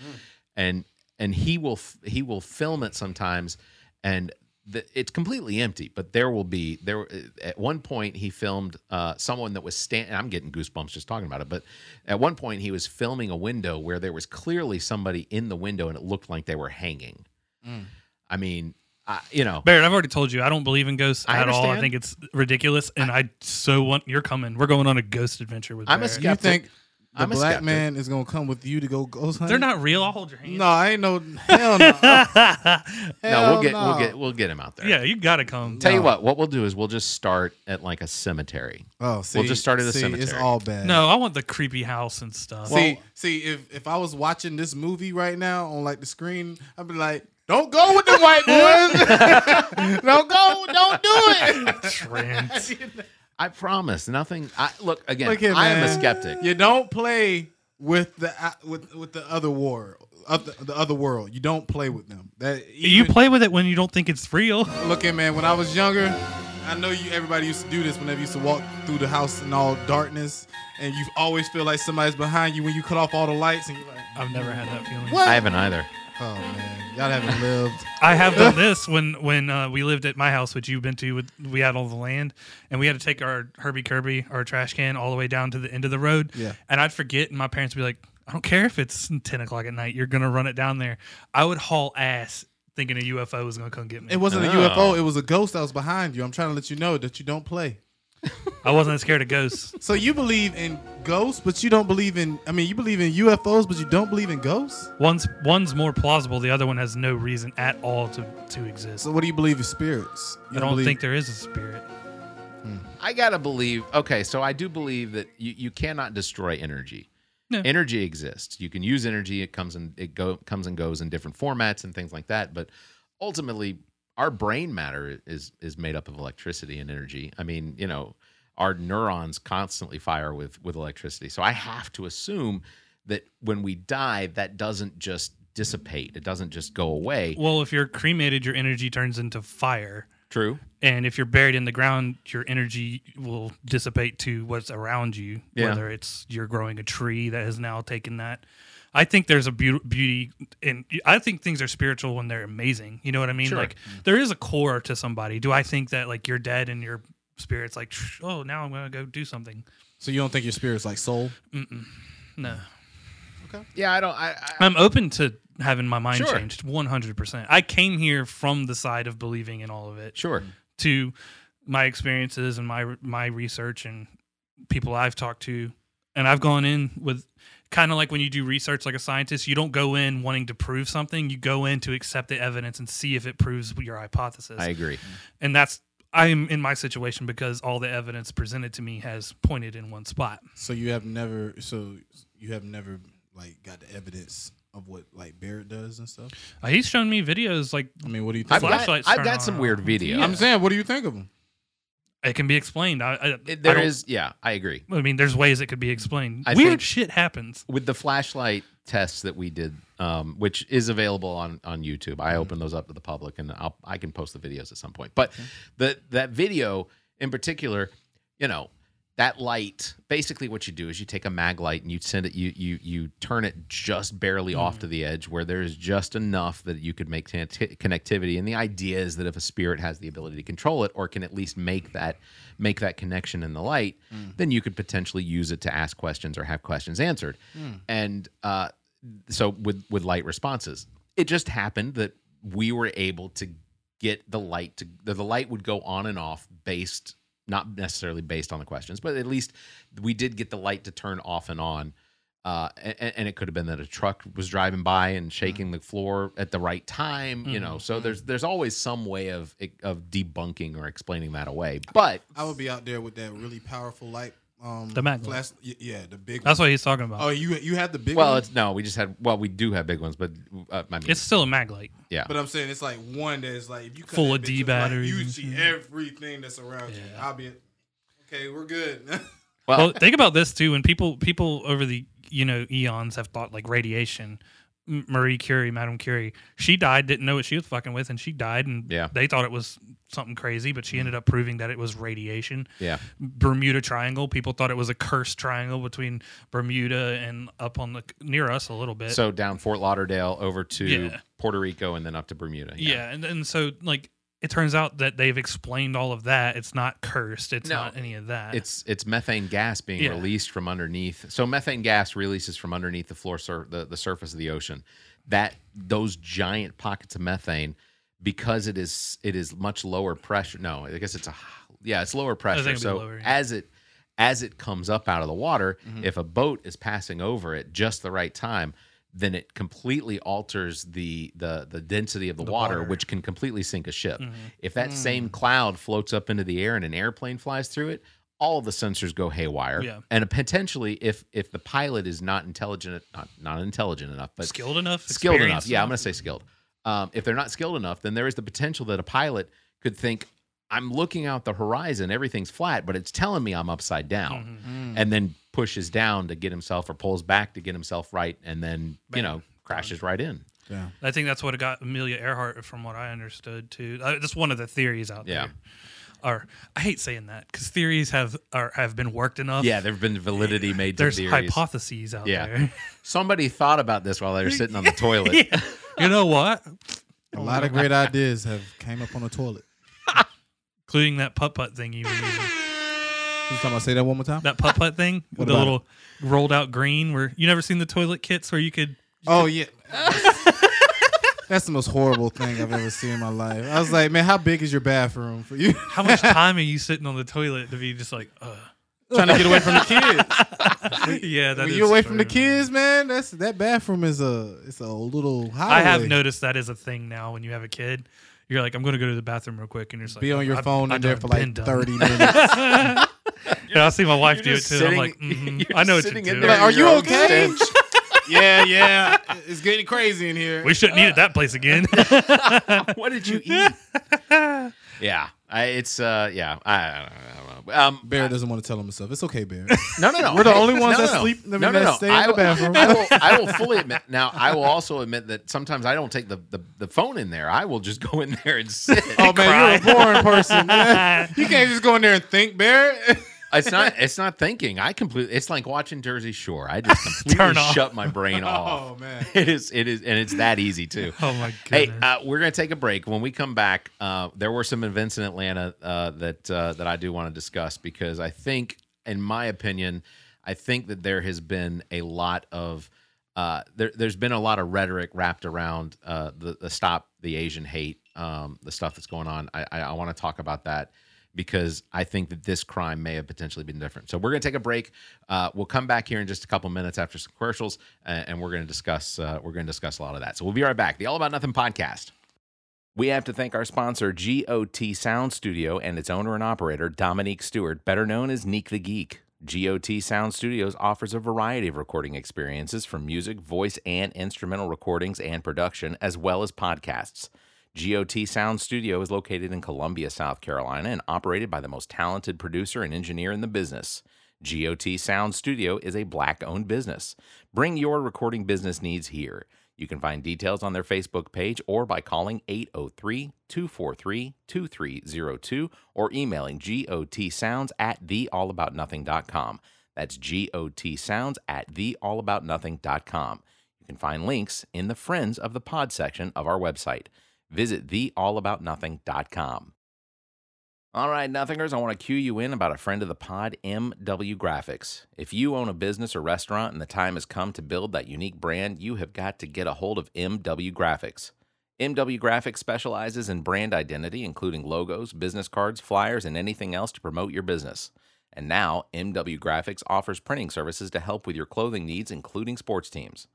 S2: and and he will f- he will film it sometimes, and the, it's completely empty. But there will be there at one point he filmed uh, someone that was standing. I'm getting goosebumps just talking about it. But at one point he was filming a window where there was clearly somebody in the window, and it looked like they were hanging. I mean, I, you know.
S4: Barrett, I've already told you I don't believe in ghosts
S2: I
S4: at all. I
S2: understand.
S4: think it's ridiculous, and I, so want you're coming. We're going on a ghost adventure with.
S2: I'm a
S4: Barrett.
S2: skeptic.
S3: You think
S2: I'm a
S3: black
S2: skeptic.
S3: man is gonna come with you to go ghost hunting.
S4: They're not real. I'll hold your hand.
S3: No, I ain't no hell no.
S2: No, we'll
S3: Hell
S2: get
S3: no.
S2: we'll get we'll get him out there.
S4: yeah, you gotta come.
S2: Tell you
S3: No.
S2: what, what we'll do is we'll just start at like a cemetery.
S3: Oh, see,
S2: just start at the
S3: see, It's
S2: cemetery.
S3: all bad.
S4: No, I want the creepy house and stuff.
S3: See, see, if if I was watching this movie right now on like the screen, I'd be like, "Don't go with the white boys. don't go. Don't do it.
S4: Trent.
S2: I promise nothing. I look again.
S3: Look here,
S2: I am a
S3: man.
S2: skeptic.
S3: You don't play with the with with the other war, of the, the other world. You don't play with them. That
S4: you
S3: even-
S4: play with it when you don't think it's real.
S3: Look at man, when I was younger, I know you everybody used to do this whenever you used to walk through the house in all darkness and you always feel like somebody's behind you when you cut off all the lights and you're like,
S4: I've never had that feeling.
S3: What?
S2: I haven't either.
S3: Oh man, y'all haven't lived.
S4: I have done this when when uh, we lived at my house, which you've been to. With we had all the land, and we had to take our Herbie Kirby, our trash can, all the way down to the end of the road.
S3: Yeah.
S4: and I'd forget, and my parents would be like, "I don't care if it's ten o'clock at night, you're gonna run it down there." I would haul ass thinking a UFO was gonna come get me.
S3: It wasn't a
S2: Oh.
S3: UFO, it was a ghost that was behind you. I'm trying to let you know that you don't play.
S4: I wasn't scared of ghosts.
S3: So you believe in ghosts, but you don't believe in I mean you believe in UFOs, but you don't believe in ghosts?
S4: One's one's more plausible. The other one has no reason at all to to exist.
S3: So what do you believe in spirits? You
S4: I don't
S3: believe-
S4: think there is a spirit.
S2: I gotta believe. Okay, so I do believe that you, you cannot destroy energy.
S4: No.
S2: Energy exists. You can use energy. It comes and it go comes and goes in different formats and things like that. But ultimately, our brain matter is is made up of electricity and energy. I mean, you know, our neurons constantly fire with with electricity. So I have to assume that when we die, that doesn't just dissipate. It doesn't just go away.
S4: Well, if you're cremated, your energy turns into fire.
S2: True.
S4: and if you're buried in the ground your energy will dissipate to what's around you
S2: Yeah.
S4: whether it's you're growing a tree that has now taken that i think there's a beau- beauty and i think things are spiritual when they're amazing you know what i mean
S2: Sure.
S4: like there is a core to somebody do i think that like you're dead and your spirit's like oh now i'm gonna go do something
S3: So you don't think your spirit's like soul?
S4: no
S2: Yeah, I don't. I, I
S4: i'm open to having my mind
S2: Sure.
S4: changed 100% i came here from the side of believing in all of it
S2: sure.
S4: to my experiences and my my research and people I've talked to and I've gone in with kind of like when you do research like a scientist you don't go in wanting to prove something you go in to accept the evidence and see if it proves your hypothesis
S2: I agree.
S4: and that's I'm in my situation because all the evidence presented to me has pointed in one spot
S3: So you have never so you have never like got the evidence of what like Barrett does and stuff?
S4: Uh, he's shown me videos like
S3: I mean, what do you think?
S2: I've
S3: of
S2: got,
S4: Flashlights
S2: I've
S4: turn
S2: got
S4: on
S2: some
S4: and
S2: weird
S4: off.
S2: video.
S3: I'm saying, what do you think of them?
S4: it can be explained I, I, I
S2: It- there
S4: don't-
S2: is, yeah, I agree.
S4: I mean there's ways it could be explained
S2: I
S4: weird
S2: think-
S4: shit happens
S2: With the flashlight tests that we did, um, which is available on on YouTube, I open those up to the public, and I'll, I can post the videos at some point. But the that video in particular, you know, that light. Basically, what you do is you take a mag light and you send it, you you you turn it just barely off to the edge where there is just enough that you could make connecti- connectivity. And the idea is that if a spirit has the ability to control it or can at least make that make that connection in the light, then you could potentially use it to ask questions or have questions answered. And uh, so with with light responses, it just happened that we were able to get the light to the, the light would go on and off based not necessarily based on the questions, but at least we did get the light to turn off and on. Uh, and, and it could have been that a truck was driving by and shaking the floor at the right time, you know. So there's there's always some way of of debunking or explaining that away. But
S3: I would be out there with that really powerful light. Um,
S4: The mag light.
S3: flash, y- yeah, the big.
S4: that's
S3: one.
S4: what he's talking about
S3: oh, you you had the big
S2: well,
S3: one,
S2: it's no, we just had well, we do have big ones, but uh, I mean,
S4: it's still a mag light
S2: yeah,
S3: but I'm saying it's like one that is like if you cut
S4: Full
S3: that
S4: of
S3: bitch
S4: D
S3: with light,
S4: batteries
S3: you
S4: and
S3: see
S4: shit.
S3: everything that's around you. I'll be okay. We're good.
S2: well,
S4: well, think about this too. When people people over the you know eons have thought like radiation, M- Marie Curie, Madame Curie, she died, didn't know what she was fucking with, and she died, and
S2: Yeah.
S4: they thought it was something crazy, but she ended up proving that it was radiation.
S2: yeah,
S4: Bermuda Triangle, people thought it was a cursed triangle between Bermuda and up on the near us a little bit.
S2: so down Fort Lauderdale over to
S4: Yeah.
S2: Puerto Rico and then up to Bermuda.
S4: yeah, and and so like. It turns out that they've explained all of that. It's not cursed. It's
S2: No.
S4: not any of that.
S2: it's it's methane gas being
S4: Yeah.
S2: released from underneath. So methane gas releases from underneath the floor sur- the, the surface of the ocean. That those giant pockets of methane because it is it is much lower pressure. No, I guess it's a yeah, it's lower pressure.
S4: it'd be
S2: So
S4: lower, yeah.
S2: as it as it comes up out of the water, if a boat is passing over at just the right time, then it completely alters the the the density of the, water,
S3: water.
S2: which can completely sink a ship.
S4: Mm-hmm.
S2: If
S4: Mm.
S2: that same cloud floats up into the air and an airplane flies through it, all the sensors go haywire.
S4: Yeah.
S2: And potentially if if the pilot is not intelligent not not intelligent enough, but
S4: skilled enough,
S2: skilled enough.
S4: experienced
S2: Yeah, I'm going to say skilled. Um, if they're not skilled enough, then there is the potential that a pilot could think, "I'm looking out the horizon, everything's flat, but it's telling me I'm upside down,"
S4: Mm-hmm.
S2: and then pushes down to get himself or pulls back to get himself right, and then you
S4: Bam.
S2: know crashes right in.
S3: Yeah.
S4: I think that's what got Amelia Earhart, from what I understood, too. Uh, That's one of the theories out
S2: Yeah.
S4: there. Or I hate saying that because theories have are, have been worked enough.
S2: Yeah, there've been validity made to
S4: there's
S2: theories.
S4: hypotheses out
S2: Yeah.
S4: there.
S2: Somebody thought about this while they were sitting on the toilet.
S4: you know what?
S3: A lot of great ideas have came up on the toilet.
S4: Including that putt putt thing you were using.
S3: This time I say that one more time.
S4: That putt putt thing, the
S3: about
S4: little rolled out green. Where you never seen the toilet kits where you could.
S3: Oh yeah. That's the most horrible thing I've ever seen in my life. I was like, man, how big is your bathroom for you?
S4: How much time are you sitting on the toilet to be just like, uh,
S3: Trying to get away from the kids.
S4: yeah, that
S3: When
S4: is
S3: you away from the
S4: true.
S3: kids, man, that's that bathroom is a it's a little highway.
S4: I have noticed that is a thing now when you have a kid. You're like, I'm going to go to the bathroom real quick, and you're just like,
S3: be on your
S4: I've-
S3: phone
S4: I've
S3: in there
S4: done
S3: for
S4: been
S3: like
S4: done.
S3: thirty minutes.
S4: Yeah, I see my wife do
S2: You're
S4: it
S2: just
S4: too. I'm like,
S2: sitting-
S4: mhm,
S2: you're
S4: I know what you
S2: sitting
S4: do.
S2: in there.
S3: Are you
S2: Your own
S3: okay?
S2: stench.
S3: yeah, yeah, it's getting crazy in here.
S4: We shouldn't eat at that place again.
S2: what did you eat? yeah, I, it's uh, yeah, I, I don't know. Um,
S3: Bear doesn't want to tell him himself. It's okay, Bear.
S2: No, no, no.
S3: We're the only
S2: No,
S3: ones
S2: no,
S3: that
S2: no.
S3: sleep- I
S2: No,
S3: mean,
S2: no,
S3: that
S2: no.
S3: stay in the bathroom.
S2: I will, I will fully admit. Now, I will also admit that sometimes I don't take the, the, the phone in there. I will just go in there and sit.
S3: oh man, you're a boring person. man. you can't just go in there and think, Bear.
S2: It's not. It's not thinking. I completely. It's like watching Jersey Shore. I just completely
S4: Turn off.
S2: shut my brain off.
S3: oh man.
S2: It is. It is, and it's that easy too.
S4: oh my
S2: Hey,
S4: goodness.
S2: uh, we're gonna take a break. When we come back, uh, there were some events in Atlanta uh, that uh, that I do want to discuss because I think, in my opinion, I think that there has been a lot of uh, there, there's been a lot of rhetoric wrapped around uh, the, the stop the Asian hate, um, the stuff that's going on. I, I, I want to talk about that because I think that this crime may have potentially been different. So we're going to take a break. Uh, we'll come back here in just a couple minutes after some commercials, uh, and we're going to discuss uh, we're going to discuss a lot of that. So we'll be right back. The All About Nothing podcast. We have to thank our sponsor, GOT Sound Studio, and its owner and operator, Dominique Stewart, better known as Neek the Geek. GOT Sound Studios offers a variety of recording experiences from music, voice, and instrumental recordings and production, as well as podcasts. GOT Sound Studio is located in Columbia, South Carolina, and operated by the most talented producer and engineer in the business. GOT Sound Studio is a black owned business. Bring your recording business needs here. You can find details on their Facebook page or by calling 803 243 2302 or emailing gotsounds at theallaboutnothing.com. That's gotsounds at theallaboutnothing.com. You can find links in the Friends of the Pod section of our website. Visit theallaboutnothing.com. All right, nothingers, I want to cue you in about a friend of the pod, MW Graphics. If you own a business or restaurant and the time has come to build that unique brand, you have got to get a hold of MW Graphics. MW Graphics specializes in brand identity, including logos, business cards, flyers, and anything else to promote your business. And now, MW Graphics offers printing services to help with your clothing needs, including sports teams.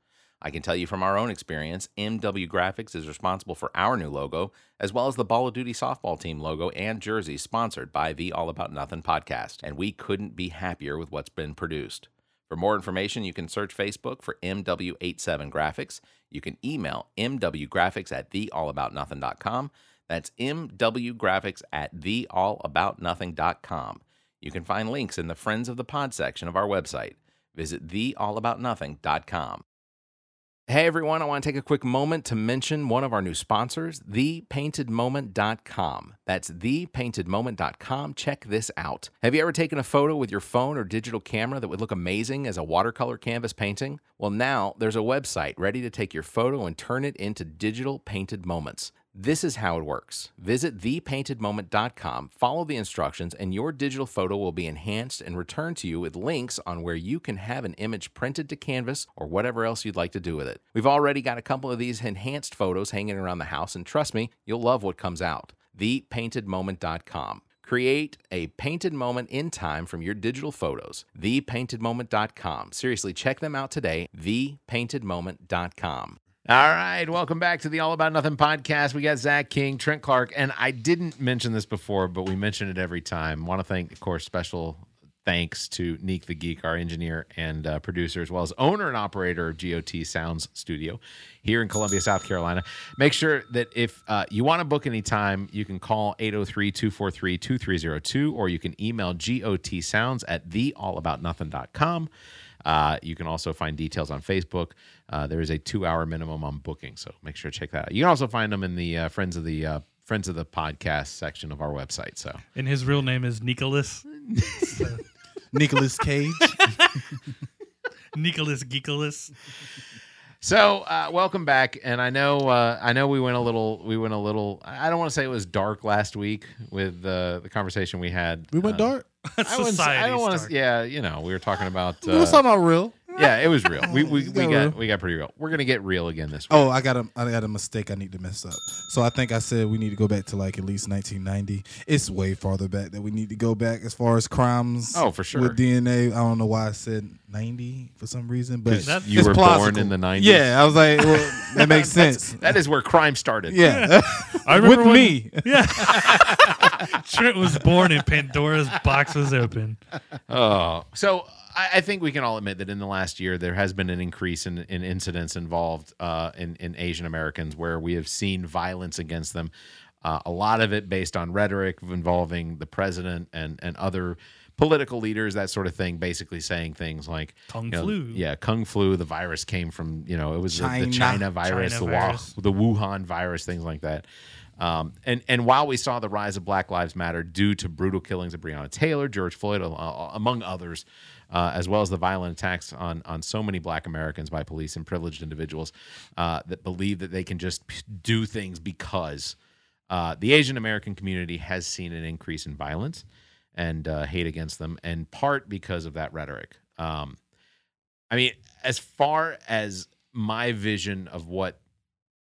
S2: I can tell you from our own experience, MW Graphics is responsible for our new logo, as well as the Ball of Duty softball team logo and jersey sponsored by the All About Nothing podcast. And we couldn't be happier with what's been produced. For more information, you can search Facebook for MW87 Graphics. You can email MWGraphics at theallaboutnothing.com. That's MWGraphics at theallaboutnothing.com. You can find links in the Friends of the Pod section of our website. Visit theallaboutnothing.com. Hey everyone, I want to take a quick moment to mention one of our new sponsors, thepaintedmoment.com. That's thepaintedmoment.com. Check this out. Have you ever taken a photo with your phone or digital camera that would look amazing as a watercolor canvas painting? Well, now there's a website ready to take your photo and turn it into digital painted moments. This is how it works. Visit thepaintedmoment.com, follow the instructions, and your digital photo will be enhanced and returned to you with links on where you can have an image printed to canvas or whatever else you'd like to do with it. We've already got a couple of these enhanced photos hanging around the house, and trust me, you'll love what comes out. Thepaintedmoment.com.
S5: Create a painted moment in time from your digital photos. ThePaintedMoment.com. Seriously, check them out today. ThePaintedMoment.com.
S2: All right, welcome back to the All About Nothing podcast. We got Zach King, Trent Clark, and I didn't mention this before, but we mention it every time. Want to thank, of course, special thanks to Neek the Geek, our engineer and uh, producer, as well as owner and operator of GOT Sounds Studio here in Columbia, South Carolina. Make sure that if uh, you want to book any time, you can call 803-243-2302 or you can email gotsounds at theallaboutnothing.com. Uh, you can also find details on Facebook. Uh, there is a two-hour minimum on booking, so make sure to check that out. You can also find them in the uh, friends of the uh, friends of the podcast section of our website. So
S4: And his real name is Nicholas.
S3: Nicholas Cage.
S4: Nicholas Geekolas.
S2: So uh, welcome back, and I know uh, I know we went a little we went a little. I don't want to say it was dark last week with the the conversation we had.
S3: We went
S2: Uh,
S3: dark.
S2: I, wouldn't say- I
S4: Society's
S2: don't want
S4: dark.
S2: to. Yeah, you know, we were talking about.
S3: we was
S2: Uh,
S3: talking about real.
S2: yeah, it was real. We we,
S3: It
S2: we got
S3: got real.
S2: we got pretty real. We're gonna get real again this week.
S3: Oh, I got a I got a mistake I need to mess up. So I think I said we need to go back to like at least 1990. It's way farther back that we need to go back as far as crimes.
S2: Oh, for sure.
S3: With DNA, I don't know why I said 90 for some reason, but
S2: 'Cause
S4: that's-
S2: you
S3: it's
S2: were born
S3: plausible.
S2: in the nineties.
S3: yeah, I was like, well, that makes sense.
S2: that is where crime started.
S3: Yeah,
S4: I
S3: with
S4: remember when-
S3: me.
S4: Yeah. Trent was born and Pandora's box was open.
S2: Oh, so I, I think we can all admit that in the last year there has been an increase in, in incidents involved uh, in in Asian Americans where we have seen violence against them. Uh, a lot of it based on rhetoric involving the president and and other political leaders, that sort of thing. Basically saying things like
S4: Kung
S2: you know,
S4: flu.
S2: yeah, kung flu. The virus came from you know it was the- the
S3: China.
S2: China virus,
S4: China
S2: the, Wa-
S4: virus.
S2: the Wuhan virus, things like that. Um, and and while we saw the rise of Black Lives Matter due to brutal killings of Breonna Taylor, George Floyd, al- al- among others, uh, as well as the violent attacks on on so many Black Americans by police and privileged individuals uh, that believe that they can just p- do things because uh, the Asian American community has seen an increase in violence and uh, hate against them, in part because of that rhetoric. Um, I mean, as far as my vision of what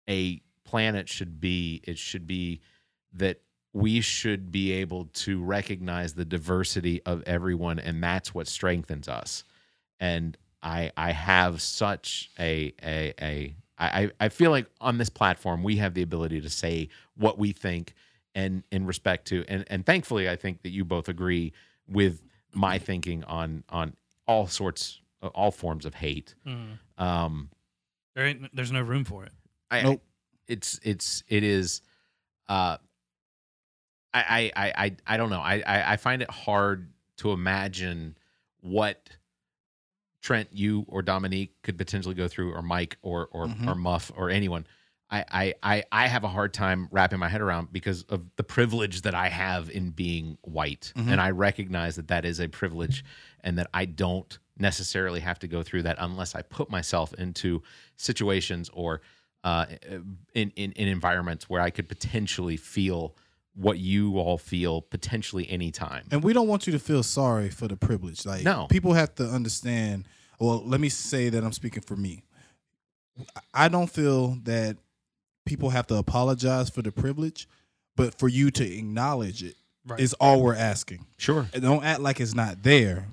S2: a planet should be, it should be that we should be able to recognize the diversity of everyone, and that's what strengthens us. And I, I have such a, a, a I, I- I feel like on this platform we have the ability to say what we think and in respect to, and and thankfully I think that you both agree with my thinking on on all sorts, all forms of hate.
S4: Mm.
S2: Um,
S4: There ain't, there's no room for it.
S2: I,
S3: Nope.
S2: It's it's it is. Uh, I I I I, I don't know. I, I I find it hard to imagine what Trent, you or Dominique could potentially go through, or Mike, or or
S3: Mhm.
S2: or Muff, or anyone. I, I I I have a hard time wrapping my head around because of the privilege that I have in being white,
S3: Mhm.
S2: and I recognize that that is a privilege, and that I don't necessarily have to go through that unless I put myself into situations or uh, in, in in environments where I could potentially feel what you all feel potentially anytime.
S3: And we don't want you to feel sorry for the privilege. Like
S2: No.
S3: people have to understand. Well, let me say that I'm speaking for me. I don't feel that people have to apologize for the privilege, but for you to acknowledge it
S4: Right.
S3: is all we're asking.
S2: Sure.
S3: And don't act like it's not there.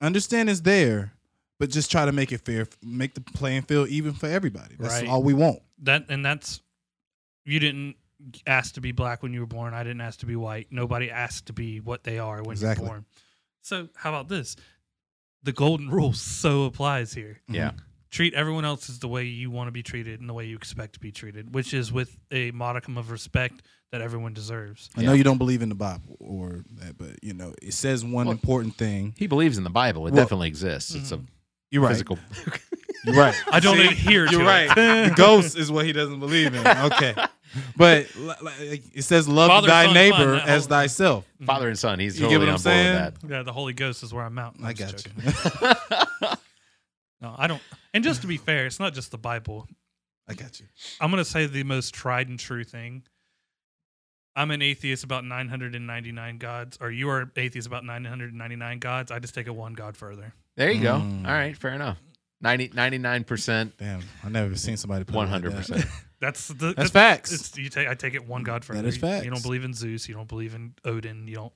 S3: Understand it's there, but just try to make it fair, make the playing field even for everybody. That's
S4: Right.
S3: all we want.
S4: that and that's you didn't ask to be black when you were born. I didn't ask to be white. Nobody asked to be what they are when
S3: Exactly.
S4: you're born. So how about this? The golden rule so applies here.
S2: Yeah.
S3: Mm-hmm.
S4: Treat everyone else as the way you want to be treated and the way you expect to be treated, which is with a modicum of respect that everyone deserves.
S3: I know you don't believe in the Bible or that, but you know it says one
S2: Well-
S3: important thing.
S2: He believes in the Bible. It
S3: Well-
S2: definitely exists. It's a
S3: You're right.
S2: physical.
S3: You're right.
S4: I don't
S3: See?
S4: adhere to
S3: You're right.
S4: it.
S3: the ghost is what he doesn't believe in. Okay. But li- like, it says, love
S4: Father,
S3: thy
S4: Son,
S3: neighbor
S4: Son, that
S3: as
S4: whole-
S3: thyself.
S2: Father and son. He's
S3: You get
S2: totally
S3: what
S2: on
S3: I'm
S2: board
S3: saying?
S2: with that.
S4: Yeah, the Holy Ghost is where I'm out.
S3: I
S4: I'm just
S3: got
S4: joking.
S3: you.
S4: No, I don't. And just to be fair, it's not just the Bible.
S3: I got you.
S4: I'm gonna say the most tried and true thing. I'm an atheist about 999 gods, or you are atheist about 999 gods. I just take it one god further.
S2: There you go.
S3: Mm.
S2: All right, fair enough. 90, 99%,
S3: Damn, I never seen somebody put it like that.
S2: 100%.
S4: That's the
S3: That's facts.
S4: It's, you take, I take it one god further.
S3: is
S4: You- You
S3: facts.
S4: don't believe in Zeus. You don't believe in Odin. You don't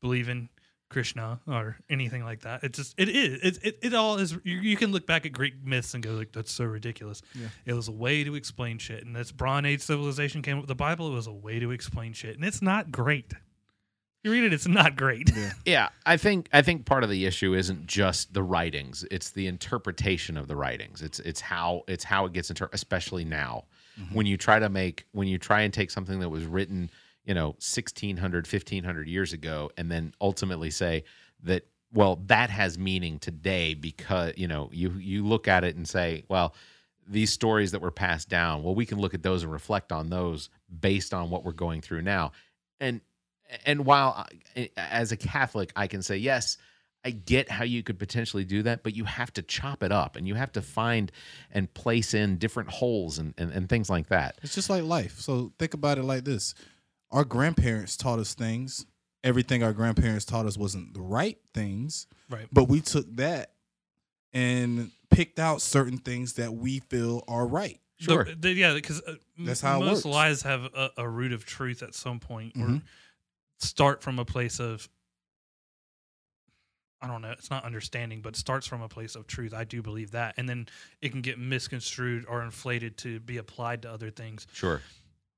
S4: believe in Krishna or anything like that. It just it is it it, it all is. You, you can look back at Greek myths and go like that's so ridiculous. It was a way to explain shit, and this Bronze Age civilization came up with the Bible. It was a way to explain shit, and it's not great. You read it, it's not great.
S2: Yeah, I think I think part of the issue isn't just the writings; it's the interpretation of the writings. It's it's how it's how it gets interpreted, especially now when you try to make when you try and take something that was written, you know, 1600, 1500 years ago, and then ultimately say that well that has meaning today because you know you you look at it and say well these stories that were passed down well we can look at those and reflect on those based on what we're going through now and and while I, eh, as a catholic i can say yes i get how you could potentially do that but you have to chop it up and you have to find and place in different holes and, and, and things like that
S3: It's just like life. So think about it like this: our grandparents taught us things. Everything our grandparents taught us wasn't the right things,
S4: Right.
S3: but we took that and picked out certain things that we feel are right.
S4: The-
S2: Sure.
S4: the- yeah, because uh,
S3: That's
S4: That's
S3: how it
S4: most
S3: works.
S4: lies have a, a root of truth at some point, or
S3: Mhm.
S4: start from a place of. I don't know. It's not understanding, but starts from a place of truth. I do believe that, and then it can get misconstrued or inflated to be applied to other things.
S2: sure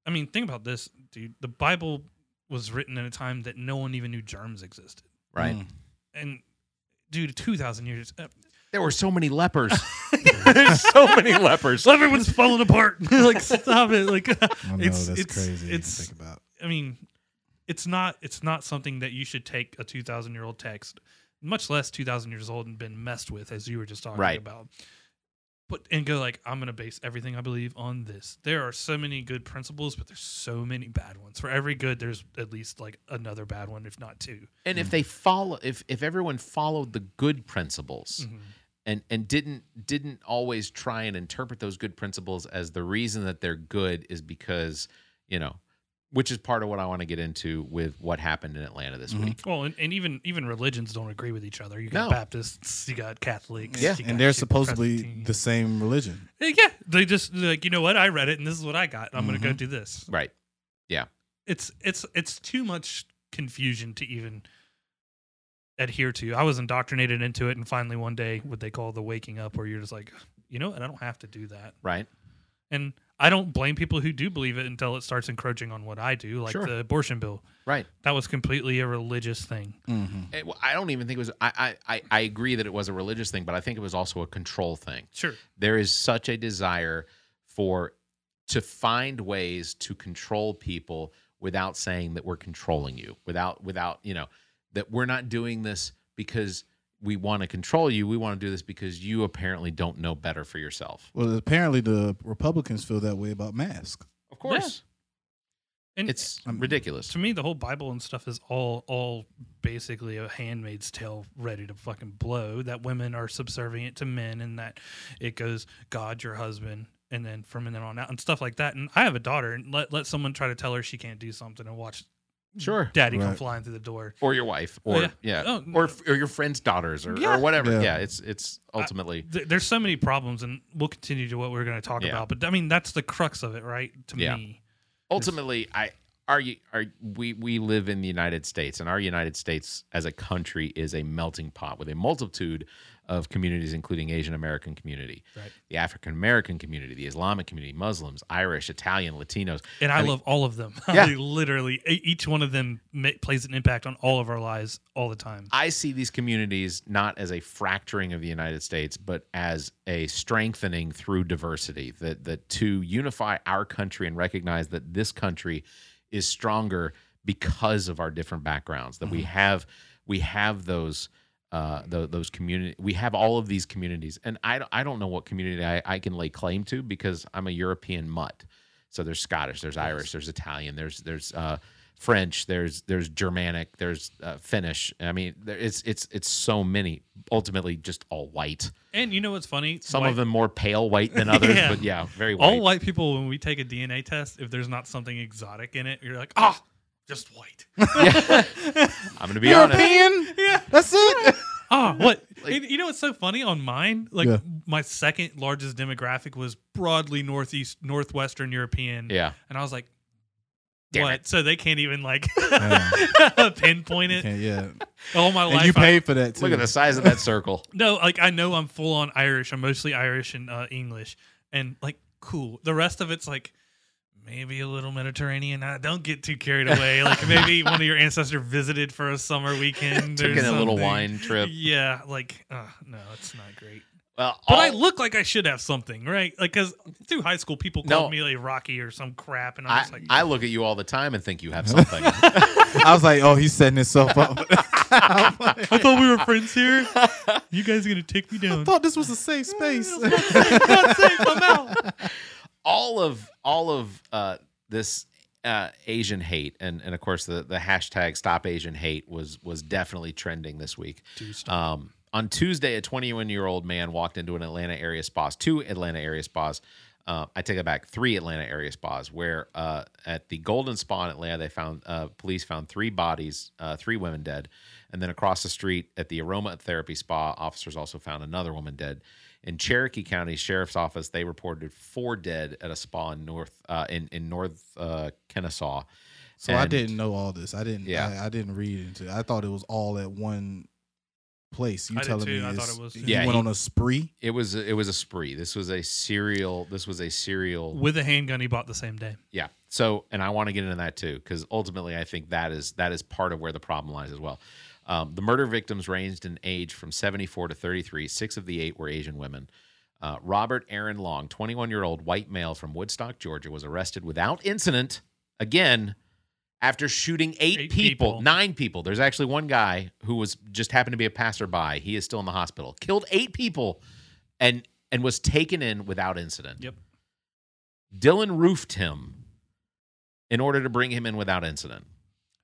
S4: I mean, think about this, dude. The Bible was written at a time that no one even knew germs existed,
S2: right
S3: Mm.
S4: and dude, two thousand years. uh,
S2: there were so many lepers there's so many lepers
S4: Everyone's falling apart. like, stop it. Like,
S3: I know
S4: it's
S3: that's
S4: it's
S3: crazy to
S4: it's
S3: think about.
S4: I mean, it's not it's not something that you should take a two thousand year old text, much less two thousand years old and been messed with as you were just talking
S2: Right.
S4: about. But and go like I'm gonna base everything I believe on this. There are so many good principles, but there's so many bad ones. For every good, there's at least like another bad one, if not two.
S2: and if they follow if if everyone followed the good
S4: Mm.
S2: principles
S3: Mm-hmm.
S2: and and didn't didn't always try and interpret those good principles as the reason that they're good is because you know which is part of what I want to get into with what happened in Atlanta this week.
S4: Well, and, and even even religions don't agree with each other. You got
S2: No.
S4: Baptists, you got Catholics,
S2: Yeah.
S4: you got
S3: And they're
S4: shit-
S3: supposedly
S4: Presbyterian.
S3: the same religion.
S4: Yeah, they just they're like you know what I read it and this is what I got. I'm
S2: Mm-hmm.
S4: gonna go do this.
S2: Right.
S4: it's it's it's too much confusion to even adhere to. I was indoctrinated into it, and finally one day, what they call the waking up, where you're just like, you know, what? I don't have to do that,
S2: Right.
S4: and I don't blame people who do believe it until it starts encroaching on what I do, like
S2: Sure.
S4: the abortion bill.
S2: Right.
S4: That was completely a religious thing.
S3: Mm-hmm.
S2: It- well, I don't even think it was. I, I I- I agree that it was a religious thing, but I think it was also a control thing.
S4: Sure,
S2: There is such a desire for to find ways to control people without saying that we're controlling you, without without you know that we're not doing this because we want to control you. We want to do this because you apparently don't know better for yourself.
S3: Well, apparently the Republicans feel that way about masks.
S2: Of course,
S4: and
S2: it's
S3: I'm-
S2: ridiculous.
S4: to me, the whole Bible and stuff is all all basically a handmaid's tale ready to fucking blow. That women are subservient to men, and that it goes God, your husband, and then from then on out, and stuff like that. And I have a daughter, and let let someone try to tell her she can't do something, and watch
S2: Sure.
S4: Daddy come
S3: Right.
S4: flying through the door.
S2: Or your wife, or yeah,
S4: Yeah. Oh,
S2: or or your friend's daughters, or,
S4: Yeah.
S2: or whatever.
S3: Yeah.
S2: Yeah. it's it's ultimately
S4: Th- There's so many problems, and we'll continue to what we're going to talk
S2: Yeah.
S4: about. But I mean, that's the crux of it, right? To
S2: Yeah.
S4: me,
S2: ultimately i are you are we we live in the united states and our united states as a country is a melting pot with a multitude of communities including asian american community
S4: Right.
S2: the african american community the islamic community muslims irish italian latinos
S4: and I,
S2: mean-
S4: love all of them.
S2: Yeah.
S4: I literally, e- each one of them ma- plays an impact on all of our lives all the time.
S2: I see these communities not as a fracturing of the United States, but as a strengthening through diversity. That that to unify our country and recognize that this country is stronger because of our different backgrounds. That we have we have those. Uh, tho- those community we have all of these communities and i, don't- I don't know what community I, I can lay claim to because i'm a european mutt so there's Scottish, there's Irish, there's Italian, there's there's uh, French, there's there's Germanic, there's uh, Finnish. I mean, there, it's it's it's so many. Ultimately, just all white.
S4: And you know what's funny?
S2: Some
S4: White-
S2: of them more pale white than others,
S4: Yeah.
S2: but yeah, very white.
S4: all white people, when we take a DNA test, if there's not something exotic in it, you're like, ah, just white.
S2: Yeah. I'm gonna be honest.
S3: European? yeah. That's it.
S4: oh, what? And you know what's so funny on mine? Like
S3: Yeah.
S4: my second largest demographic was broadly northeast, northwestern European.
S2: Yeah.
S4: and I was like,
S2: Damn
S4: what? So they can't even like
S3: Yeah.
S4: pinpoint it.
S3: Okay, yeah.
S4: All my life,
S3: And you
S4: I-
S3: paid for that too.
S2: Look at the size of that circle.
S4: No, like I know I'm full on Irish. I'm mostly Irish and uh, English, and like cool. The rest of it's like maybe a little Mediterranean. I don't get too carried away. Like maybe one of your ancestor visited for a summer weekend. or
S2: Took in a little
S4: something.
S2: wine trip.
S4: Yeah, like uh, no, it's not great.
S2: Well,
S4: But
S2: all-
S4: I look like I should have something, right? Like because through high school, people
S2: No.
S4: called me like Rocky or some crap, and I
S2: I,
S4: was like,
S2: I look at you all the time and think you have something.
S3: I was like, oh, he's setting himself up. I
S4: I thought we were friends here. You guys are gonna take me down.
S3: thought this was a safe space.
S4: Not safe, I'm out.
S2: all of all of uh, this uh, Asian hate, and and of course the the hashtag Stop Asian Hate was was definitely trending this week. Um, on Tuesday, a 21 year old man walked into an Atlanta area spas, two Atlanta area spas. Uh, I take it back, three Atlanta area spas, where uh, at the Golden Spa in Atlanta, they found uh, police found three bodies, uh, three women dead, and then across the street at the Aroma Therapy Spa, officers also found another woman dead. In Cherokee County Sheriff's Office, they reported four dead at a spa in North uh, in in North uh, Kennesaw.
S3: So I
S2: And-
S3: didn't know all this. I didn't.
S2: Yeah.
S3: I, I didn't read into. it. I thought it was all at one place. You
S4: I did
S3: telling
S4: too.
S3: me?
S4: I
S3: it's-
S4: thought it was too.
S3: You
S2: Yeah,
S3: went
S2: he-
S3: on a spree.
S2: It was it was a spree. This was a serial. This was a serial.
S4: With a handgun, he bought the same day.
S2: Yeah. So, and I want to get into that too, because ultimately, I think that is that is part of where the problem lies as well. Um, the murder victims ranged in age from 74 to 33. Six of the eight were Asian women. Uh, Robert Aaron Long, 21 year old white male from Woodstock, Georgia, was arrested without incident again after shooting eight,
S4: Eight
S2: people,
S4: people.
S2: nine people. There's actually one guy who was just happened to be a passerby. He is still in the hospital. Killed eight people, and and was taken in without incident.
S4: Yep.
S2: Dylan roofed him in order to bring him in without incident.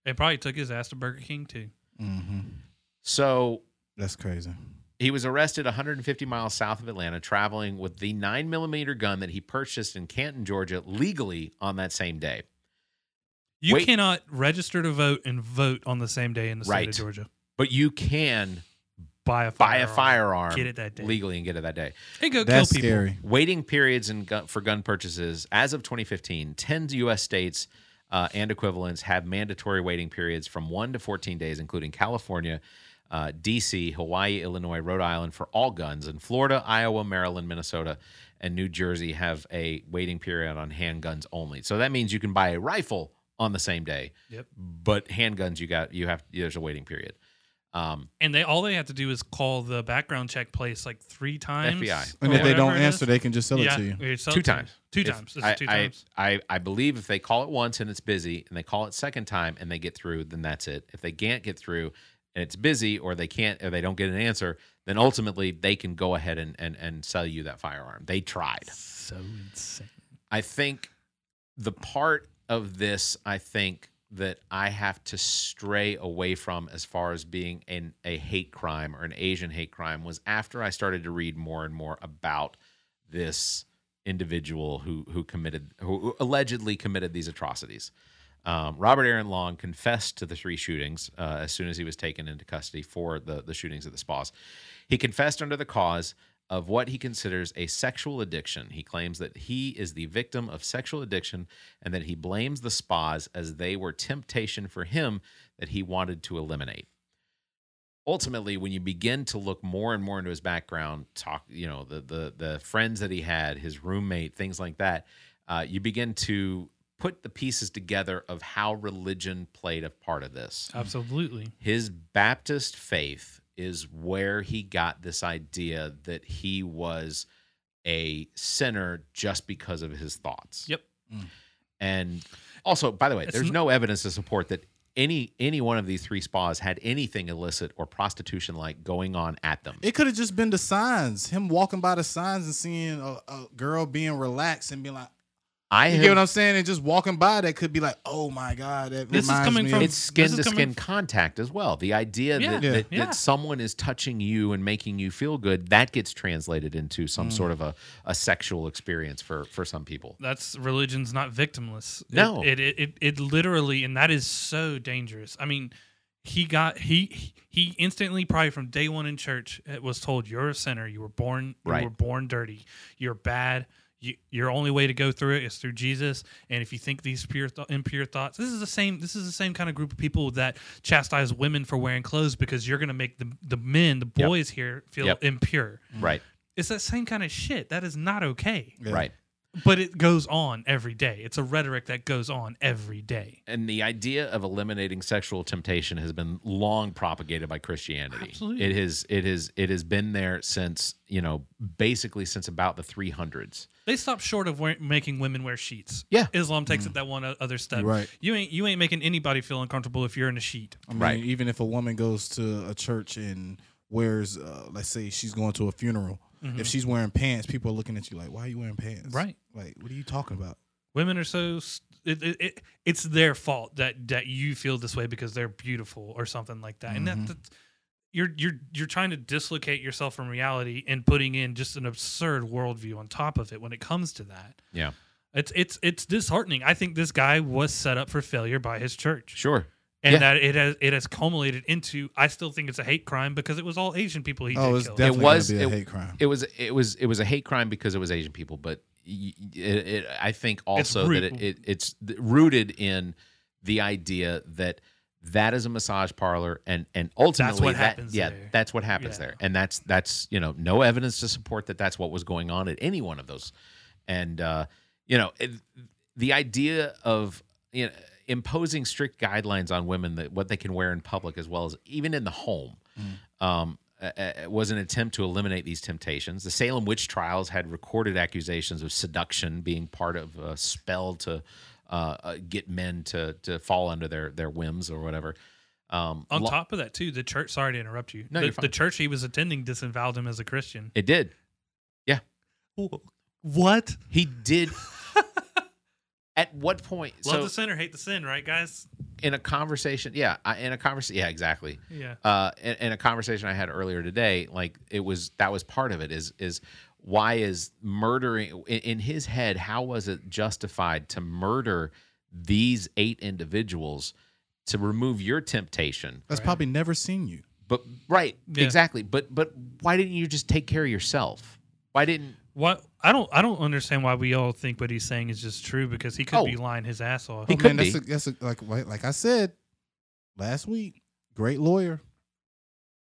S4: They probably took his ass to Burger King too.
S3: Mm-hmm.
S2: So
S3: That's crazy.
S2: he was arrested 150 miles south of Atlanta, traveling with the 9 millimeter gun that he purchased in Canton, Georgia, legally on that same day.
S4: You
S2: Wait.
S4: cannot register to vote and vote on the same day in the state
S2: Right.
S4: of Georgia.
S2: But you can
S4: Buy a
S2: buy
S4: firearm.
S2: a firearm
S4: Get it that day.
S2: legally and get it that day.
S4: And go
S3: That's
S4: kill people.
S3: scary.
S2: Waiting periods in gun, for gun purchases as of 2015, 10 U.S. states uh, and equivalents have mandatory waiting periods from one to 14 days, including California, uh, D.C., Hawaii, Illinois, Rhode Island for all guns, and Florida, Iowa, Maryland, Minnesota, and New Jersey have a waiting period on handguns only. So that means you can buy a rifle on the same day,
S4: Yep.
S2: but handguns you got you have there's a waiting period. Um,
S4: And they all they have to do is call the background check place like three times.
S2: FBI.
S4: or
S3: And if they don't
S4: Oh, whatever it is.
S3: answer, they can just sell
S4: yeah,
S3: it to you.
S4: it's up
S2: Two
S4: to you.
S2: times.
S4: Two
S2: If-
S4: times. It's
S2: I,
S4: two
S2: I-
S4: times.
S2: I, I believe if they call it once and it's busy, and they call it second time and they get through, then that's it. If they can't get through and it's busy, or they can't, or they don't get an answer, then ultimately they can go ahead and and, and sell you that firearm. They tried.
S4: so insane.
S2: I think the part of this, I think that I have to stray away from as far as being an, a hate crime or an Asian hate crime was after I started to read more and more about this individual who who committed who allegedly committed these atrocities. Um, Robert Aaron Long confessed to the three shootings uh, as soon as he was taken into custody for the, the shootings at the spas. He confessed under the cause of what he considers a sexual addiction. He claims that he is the victim of sexual addiction and that he blames the spas as they were temptation for him that he wanted to eliminate. Ultimately, when you begin to look more and more into his background, talk, you know, the the the friends that he had, his roommate, things like that, uh, you begin to put the pieces together of how religion played a part of this
S4: Absolutely.
S2: his Baptist faith is where he got this idea that he was a sinner just because of his thoughts. Mm.
S4: Yep.
S2: And also, by the way,
S4: It's
S2: there's
S4: n-
S2: no evidence to support that any any one of these three spas had anything illicit or prostitution like going on at them.
S3: It could have just been the signs. Him walking by the signs and seeing a, a girl being relaxed and being like,
S2: I
S3: you
S2: have,
S3: get what I'm saying? And just walking by, that could be like, oh my god, that
S4: This is
S3: reminds
S4: coming
S3: me
S4: from-
S3: of-
S2: it's skin
S4: This is
S2: to
S4: coming
S2: skin contact as well. The idea
S4: Yeah,
S2: that,
S3: Yeah.
S2: that,
S4: yeah.
S2: that someone is touching you and making you feel good, that gets translated into some sort of a, a sexual experience for for some people.
S4: That's religion's not victimless.
S2: No.
S4: It it, it it literally and that is so dangerous. I mean, he got he he instantly probably from day one in church it was told you're a sinner you were born
S2: Right.
S4: you were born dirty you're bad you, your only way to go through it is through Jesus and if you think these pure th- impure thoughts this is the same this is the same kind of group of people that chastise women for wearing clothes because you're going to make the the men the
S2: Yep.
S4: boys here feel
S2: Yep.
S4: impure
S2: Right.
S4: it's that same kind of shit that is not okay
S3: Yeah.
S2: Right.
S4: but it goes on every day it's a rhetoric that goes on every day
S2: and the idea of eliminating sexual temptation has been long propagated by Christianity.
S4: Absolutely.
S2: It has it has it has been there since, you know, basically since about the 300s.
S4: They stop short of wear- making women wear sheets.
S2: Yeah.
S4: Islam takes it that one o- other step.
S3: You're right.
S4: You ain't you ain't making anybody feel uncomfortable if you're in a sheet.
S3: I mean,
S2: Right.
S3: even if a woman goes to a church and wears, uh, let's say she's going to a funeral,
S2: Mm-hmm.
S3: if she's wearing pants, people are looking at you like, "Why are you wearing pants?"
S4: Right.
S3: Like, what are you talking about?
S4: Women are so s- it, it, it, it's their fault that that you feel this way because they're beautiful or something like that. And that, that you're you're you're trying to dislocate yourself from reality and putting in just an absurd worldview on top of it when it comes to that.
S2: Yeah.
S4: It's it's it's disheartening. I think this guy was set up for failure by his church.
S2: Sure.
S4: and
S2: Yeah.
S4: that it has it has culminated into I still think it's a hate crime because it was all Asian people he
S3: oh,
S4: did
S3: it's
S4: kill.
S3: definitely
S2: was-
S3: gonna be a
S2: it-
S3: hate crime.
S2: It was it was it was a hate crime because it was Asian people, but y- y- it, it, I think also
S4: root-
S2: that it, it it's th- rooted in the idea that that is a massage parlor and and ultimately
S4: what
S2: that-
S4: happens
S2: yeah
S4: there.
S2: that's what happens
S4: Yeah.
S2: there and that's that's you know no evidence to support that that's what was going on at any one of those and uh you know it, the idea of you know imposing strict guidelines on women that what they can wear in public as well as even in the home
S4: Mm.
S2: um, uh, uh, was an attempt to eliminate these temptations. The Salem witch trials had recorded accusations of seduction being part of a spell to uh, uh, get men to to fall under their their whims or whatever. Um,
S4: On
S2: lo-
S4: top of that, too, the church. Sorry to interrupt you.
S2: No,
S4: the,
S2: you're fine.
S4: the church he was attending disavowed him as a Christian.
S2: it did.
S4: What?
S2: He did. At what point?
S4: Love
S2: so
S4: the sin or hate the sin, right, guys?
S2: in a conversation, yeah, I, in a conversation, yeah, exactly.
S4: Yeah.
S2: uh, in, in a conversation I had earlier today, like it was that was part of it is is why is murdering in, in his head? How was it justified to murder these eight individuals to remove your temptation?
S3: That's probably never seen you.
S2: But right,
S4: Yeah.
S2: exactly. But but why didn't you just take care of yourself? Why didn't
S4: What? I don't. I don't understand why we all think what he's saying is just true because he could
S2: Oh.
S4: be lying his ass off.
S2: He
S3: Oh,
S2: could
S3: man, that's
S2: be.
S3: a, that's a, like like like I said last week. Great lawyer.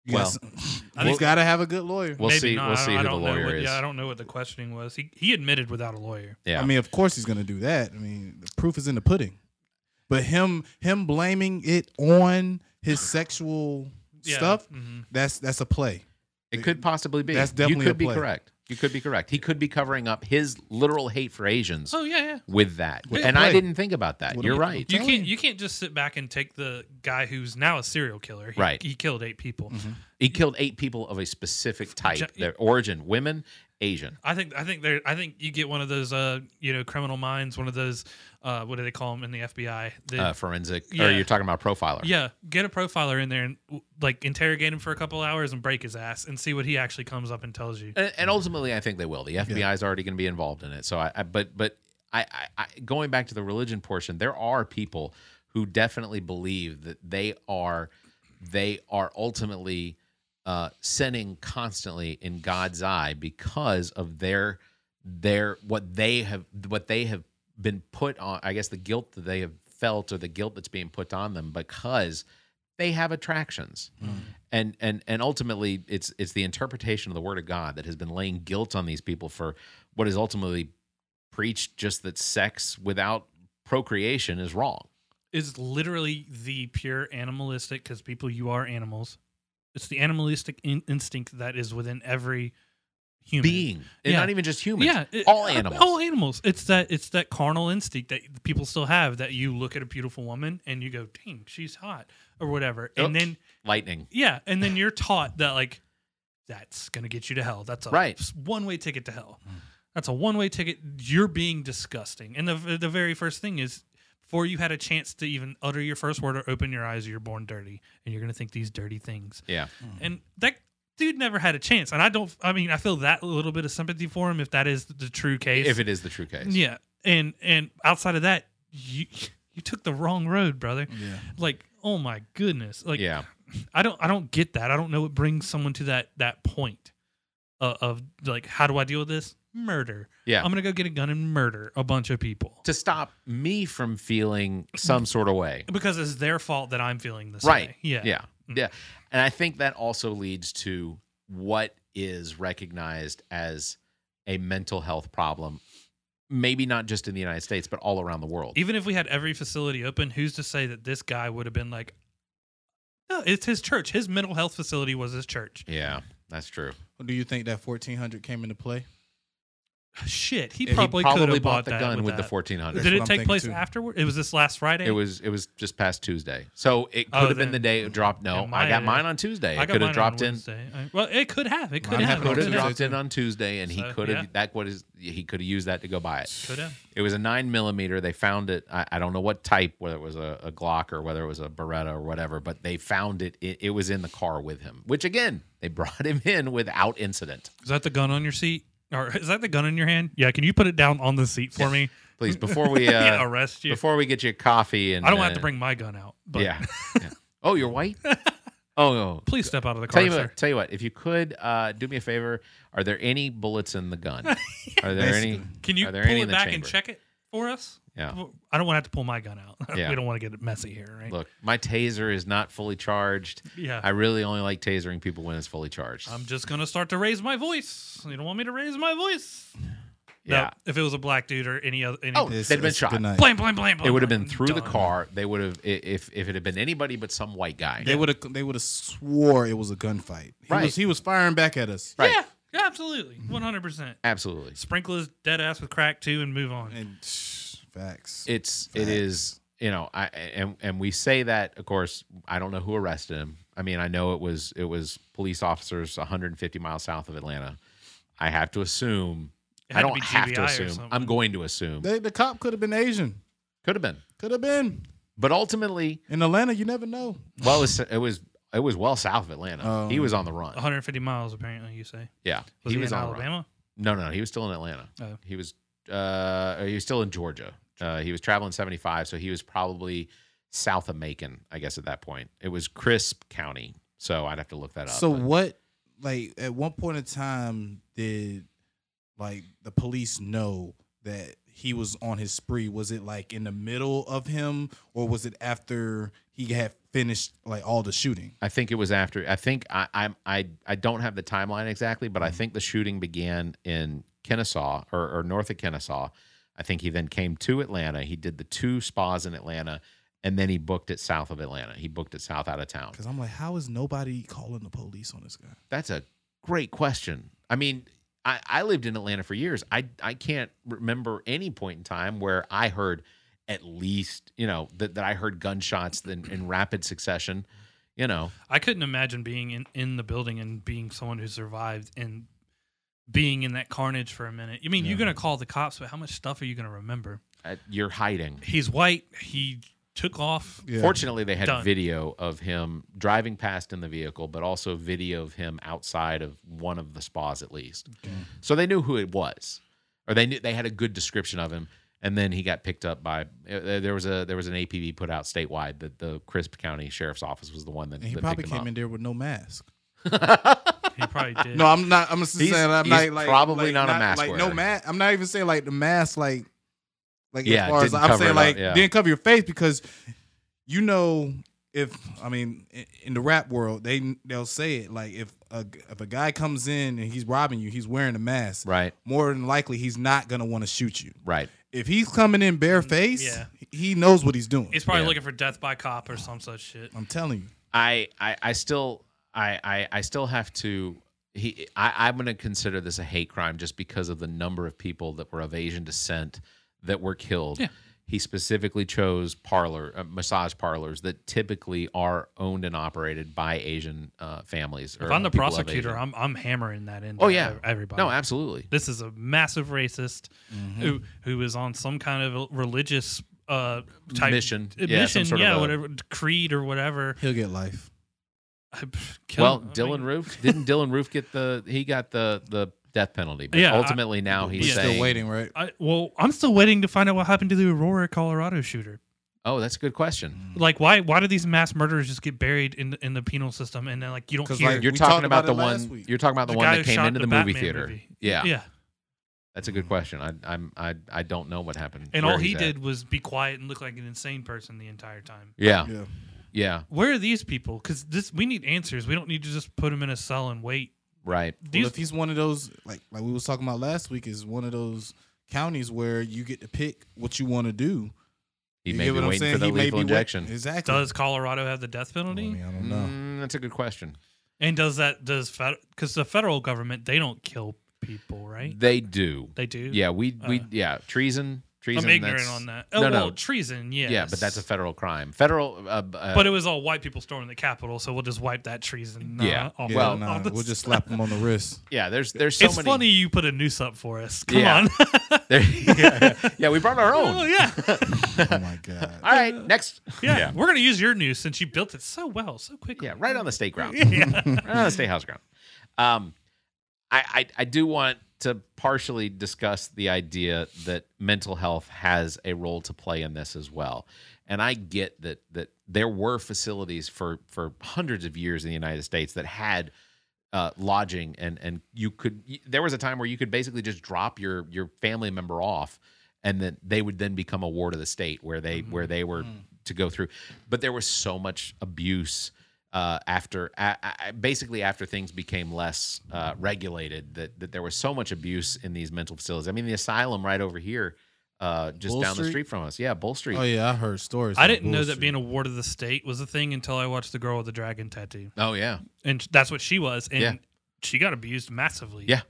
S3: You
S2: Well,
S3: got s-
S4: I
S3: you
S4: think-
S3: got to have a good lawyer.
S2: we'll
S4: Maybe
S2: see
S4: not.
S2: we'll
S4: I
S2: see
S4: don't-
S2: who
S4: I
S2: the
S4: don't know
S2: lawyer
S4: what,
S2: is.
S4: Yeah, I don't know what the questioning was. He he admitted without a lawyer.
S2: Yeah.
S3: I mean, of course he's going to do that. I mean, the proof is in the pudding. But him him blaming it on his sexual
S4: Yeah.
S3: stuff,
S4: Mhm.
S3: that's that's a play.
S2: It could possibly be.
S3: That's definitely
S2: you
S3: a
S2: could be
S3: play.
S2: correct. You could be correct. He could be covering up his literal hate for Asians
S4: Oh yeah, yeah.
S2: with that.
S3: With a
S2: and I
S3: play.
S2: didn't think about that.
S3: With a-
S2: You're
S3: with a
S2: right.
S4: You
S3: telling
S4: can't
S3: you.
S4: you can't just sit back and take the guy who's now a serial killer. He,
S2: Right. Mm-hmm.
S4: He killed eight people.
S2: He killed eight people of a specific
S4: Ja-
S2: type, their origin, women, Asian. uh,
S4: I think I think there I think you get one of those uh you know criminal minds one of those uh what do they call them in the FBI the,
S2: Uh, forensic,
S4: Yeah.
S2: or you're talking about profiler.
S4: yeah get a profiler in there and w- like interrogate him for a couple hours and break his ass and see what he actually comes up and tells you
S2: And, and ultimately, I think they will. The FBI is already going to be involved in it. So, I, I but but I, I, I going back to the religion portion, there are people who definitely believe that they are they are ultimately uh, sinning constantly in God's eye because of their their what they have what they have been put on. I guess the guilt that they have felt or the guilt that's being put on them because they have attractions and and and ultimately it's it's the interpretation of the word of god that has been laying guilt on these people for what is ultimately preached just that sex without procreation is wrong
S4: is literally the pure animalistic because people you are animals it's the animalistic in- instinct that is within every human
S2: being and
S4: Yeah.
S2: not even just humans
S4: it-
S2: all
S4: uh,
S2: animals
S4: All animals. It's that it's that carnal instinct that people still have that you look at a beautiful woman and you go, "Dang, she's hot," or whatever. And
S2: Yep.
S4: then
S2: lightning
S4: yeah, and then you're taught that like that's going to get you to hell. That's a
S2: Right.
S4: one-way ticket to hell. That's a one-way ticket. You're being disgusting. And the the very first thing is before you had a chance to even utter your first word or open your eyes, you're born dirty and you're going to think these dirty things
S2: yeah
S4: and that dude never had a chance. And I don't. I mean, I feel that little bit of sympathy for him if that is the true case.
S2: if it is the true case
S4: yeah, and and outside of that, you you took the wrong road, brother.
S3: Yeah.
S4: Like oh my goodness like
S2: yeah.
S4: i don't i don't get that i don't know what brings someone to that that point of, of like how do i deal with this murder
S2: Yeah.
S4: i'm gonna go get a gun and murder a bunch of people
S2: to stop me from feeling some sort of way.
S4: because it's their fault that i'm feeling this
S2: Right.
S4: way. yeah
S2: Yeah.
S4: Mm.
S2: Yeah. And I think that also leads to what is recognized as a mental health problem, maybe not just in the United States, but all around the world.
S4: even if we had every facility open who's to say that this guy would have been like no it's his church his mental health facility was his church
S2: yeah. That's true.
S3: Do you think that fourteen hundred came into play?
S4: shit he
S3: He
S4: probably,
S2: he
S4: could
S2: probably
S4: have
S2: bought
S4: bought,
S2: the
S4: that
S2: gun with, the
S4: that.
S3: That's
S2: 1400.
S4: did
S3: what I'm
S4: it take
S3: thinking
S4: place
S3: too.
S4: afterward it was this last friday
S2: It was it was just past Tuesday. So it could
S4: Oh,
S2: have been
S4: then-
S2: the day it dropped. No,
S4: It might
S2: I got
S4: have.
S2: mine on Tuesday.
S4: I
S2: It
S4: got
S2: could
S4: mine
S2: have
S4: on
S2: dropped in
S4: Wednesday. I- well, it could have. It could
S3: Mine
S4: have.
S3: happened
S4: It
S2: could
S3: on
S2: have
S4: could
S3: Tuesday,
S4: have.
S2: dropped in on Tuesday, and he
S4: So,
S2: could have.
S4: yeah.
S2: That what is he could have used that to go buy it.
S4: Could have.
S2: It was a nine millimeter. They found it. I, I don't know what type, whether it was a, a Glock or whether it was a Beretta or whatever, but they found it. it. It was in the car with him, which again, they brought him in without incident.
S4: Is that the gun on your seat? Or is that the gun in your hand? Yeah. Can you put it down on the seat for me?
S2: Please, before we uh,
S4: yeah. Arrest you.
S2: before we get you a coffee and
S4: I don't
S2: uh,
S4: have to bring my gun out. But
S2: yeah, yeah. Oh, you're white. Oh no.
S4: Please step out of the
S2: Tell
S4: car,
S2: you,
S4: sir.
S2: what, tell you what, if you could uh, do me a favor, are there any bullets in the gun? Are there any?
S4: Can you
S2: are
S4: pull
S2: there any in
S4: it
S2: the
S4: back and
S2: chamber?
S4: check it for us?
S2: Yeah.
S4: Well, I don't want to have to pull my gun out.
S2: Yeah.
S4: we don't want to get it messy here, right?
S2: Look, my taser is not fully charged.
S4: yeah.
S2: I really only like tasering people when it's fully charged.
S4: I'm just gonna start to raise my voice. You don't want me to raise my voice. No,
S2: yeah.
S4: if it was a black dude or any other, any
S2: Oh,
S4: blam,
S2: they'd
S3: It's-
S2: have been
S3: it's
S2: shot.
S3: good night.
S4: blam, blam, blam.
S2: It would have been through the
S4: Done.
S2: car. They would have i- if if it had been anybody but some white guy.
S3: They would have. They would have swore it was a gunfight. He
S2: Right.
S3: was, he was firing back at us.
S2: Right.
S4: Yeah, yeah, absolutely, one hundred percent.
S2: Absolutely.
S4: Sprinkle his dead ass with crack too, and move on.
S3: And shh, facts.
S2: It's it is, you know, I and and we say that, of course, I don't know who arrested him. I mean, I know it was it was police officers 150 miles south of Atlanta. I have to assume
S4: It
S2: I
S4: had to
S2: don't
S4: be
S2: have to
S4: GBI or
S2: assume. I'm
S4: something.
S2: going to assume.
S3: they, the cop could have been Asian.
S2: Could have been.
S3: Could have been
S2: But ultimately,
S3: in Atlanta. You never know.
S2: well it was it was it was well south of Atlanta.
S3: Oh.
S2: he was on the run.
S4: 150 miles, apparently. You say
S2: Yeah.
S4: Uh-huh. was he, in
S2: on the run.
S4: Alabama?
S2: No, no, he was still in Atlanta.
S4: Oh.
S2: He was uh he was still in Georgia. Uh, he was traveling 75, so he was probably south of Macon, I guess at that point. It was Crisp County. So I'd have to look that up.
S3: So
S2: but-
S3: what? Like at one point in time, did like the police know that he was on his spree? Was it like in the middle of him, or was it after he had finished like all the shooting?
S2: I think it was after I think I I'm I I don't have the timeline exactly, but I think the shooting began in Kennesaw or, or north of Kennesaw. I think he then came to Atlanta. He did the two spas in Atlanta and then he booked it south of Atlanta. He booked it south out of town.
S3: Because I'm like, how is nobody calling the police on this guy?
S2: That's a great question. I mean, I, I lived in Atlanta for years. I I can't remember any point in time where I heard at least, you know, that, that I heard gunshots in, in rapid succession, you know.
S4: I couldn't imagine being in, in the building and being someone who survived and being in that carnage for a minute. You mean, you're gonna call the cops, but how much stuff are you gonna remember?
S2: uh, You're hiding.
S4: He's white. He took off.
S3: Yeah.
S2: Fortunately, they had
S4: Done.
S2: video of him driving past in the vehicle, but also video of him outside of one of the spas at least.
S3: Mm.
S2: So they knew who it was, or they knew they had a good description of him. And then he got picked up by uh, there was a there was an APB put out statewide that the Crisp County Sheriff's Office was the one that,
S3: And he
S2: that
S3: probably
S2: picked him
S3: came in
S2: up.
S3: there with no mask.
S4: He probably did.
S3: No, I'm not. I'm just
S2: He's-
S3: saying. I'm
S2: he's
S3: not like
S2: probably
S3: like,
S2: not a mask
S3: Like
S2: wearer.
S3: no mask. I'm not even saying like the mask. Like like
S2: Yeah,
S3: as far as
S2: didn't
S3: I'm
S2: cover it
S3: saying,
S2: up,
S3: like
S2: yeah.
S3: didn't cover your face because you know if I mean i- in the rap world they they'll say it like if a if a guy comes in and he's robbing you, he's wearing a mask.
S2: Right,
S3: More than likely, he's not gonna want to shoot you.
S2: right.
S3: If he's coming in barefaced,
S4: Yeah.
S3: he knows what he's doing.
S4: He's probably
S2: Yeah.
S4: looking for death by cop or some such shit.
S3: I'm telling you.
S2: I I, I still I, I I still have to. He I, I'm going to consider this a hate crime just because of the number of people that were of Asian descent that were killed.
S4: Yeah.
S2: He specifically chose parlor uh, massage parlors that typically are owned and operated by Asian uh, families. Or
S4: If I'm the
S2: people of
S4: prosecutor,
S2: Asian-
S4: I'm I'm hammering that in.
S2: Oh,
S4: to
S2: yeah.
S4: everybody.
S2: no, Mm-hmm. absolutely.
S4: this is a massive racist who who is on some kind of religious uh type
S2: Mission.
S4: uh,
S2: Yeah, some
S4: mission,
S2: sort of
S4: yeah,
S2: a-
S4: whatever creed or whatever.
S3: He'll get life.
S4: Kill-
S2: Well,
S4: I mean,
S2: Dylan Roof didn't Dylan Roof get the he got the the death penalty, but
S4: Yeah, I-
S2: ultimately now he's
S3: We're
S4: Yeah.
S2: saying
S3: still waiting, right?
S4: I, well, I'm still waiting to find out what happened to the Aurora, Colorado shooter.
S2: Oh, that's a good question.
S4: Like, why why do these mass murderers just get buried in the, in the penal system and then like you don't
S3: 'Cause,
S4: hear
S3: like,
S2: You're
S3: We
S2: talking
S3: talked
S2: about,
S3: about
S2: the
S3: it last
S2: one.
S3: week.
S2: You're talking about the,
S4: the
S2: one
S4: guy
S2: that
S4: who
S2: came
S4: shot
S2: into the, movie
S4: Batman
S2: theater.
S4: movie.
S2: Yeah,
S4: yeah.
S2: that's a good question. I I'm, I I don't know what happened.
S4: And
S2: where
S4: all he
S2: he's at.
S4: did was be quiet and look like an insane person the entire time.
S2: Yeah,
S3: Yeah.
S2: yeah,
S4: Where are these people? Because this we need answers. We don't need to just put them in a cell and wait.
S2: right.
S4: These
S3: well, if he's one of those like like we was talking about last week is one of those counties where you get to pick what you want to do.
S2: He
S3: You
S2: may
S3: get
S2: be
S3: what I'm
S2: waiting for
S3: saying?
S2: the
S3: He may be
S2: lethal
S3: wait-
S2: injection.
S3: Exactly.
S4: does Colorado have the death
S3: Well, I
S4: penalty?
S3: mean, I don't know.
S2: Mm, that's a good question.
S4: And does that does because the federal government they don't kill people, right?
S2: They do.
S4: They do.
S2: Yeah, we we
S4: Uh,
S2: yeah treason. Treason.
S4: I'm ignorant
S2: that's-
S4: on that. Oh
S2: no,
S4: well,
S2: no.
S4: treason. Yes.
S2: Yeah, but that's a federal crime. Federal. Uh, uh,
S4: but it was all white people storming the Capitol, so we'll just wipe that treason. uh,
S2: Yeah.
S4: Off
S3: Yeah,
S2: Well,
S4: the-
S3: nah,
S4: off the
S3: we'll just slap him on the wrist.
S2: yeah, there's there's so
S4: it's
S2: many.
S4: funny you put a noose up for us. Come
S2: Yeah.
S4: on.
S2: There- yeah, we brought our
S4: oh,
S2: own.
S4: yeah.
S3: Oh my god.
S2: All right, next.
S4: yeah. We're going to use your noose since you built it so well, so quickly.
S2: Yeah, right on the state ground.
S4: Yeah.
S2: right on the state Uh, house ground. Um, I, I I do want to partially discuss the idea that mental health has a role to play in this as well. And I get that that there were facilities for for hundreds of years in the United States that had uh, lodging and and you could y- there was a time where you could basically just drop your your family member off and then they would then become a ward of the state where they where they were to go through but there was so much abuse uh, after a, a- basically after things became less uh, regulated that that there was so much abuse in these mental facilities i mean the asylum right over here uh, just
S3: Bull
S2: down the
S3: Street?
S2: street from us yeah bull street
S3: Oh yeah, I heard stories.
S4: I
S3: on
S4: didn't know
S3: Bull
S4: that
S3: Street.
S4: being a ward of the state was a thing until I watched The Girl with the Dragon Tattoo.
S2: oh yeah
S4: And that's what she was. And
S2: Yeah.
S4: she got abused massively.
S2: Yeah.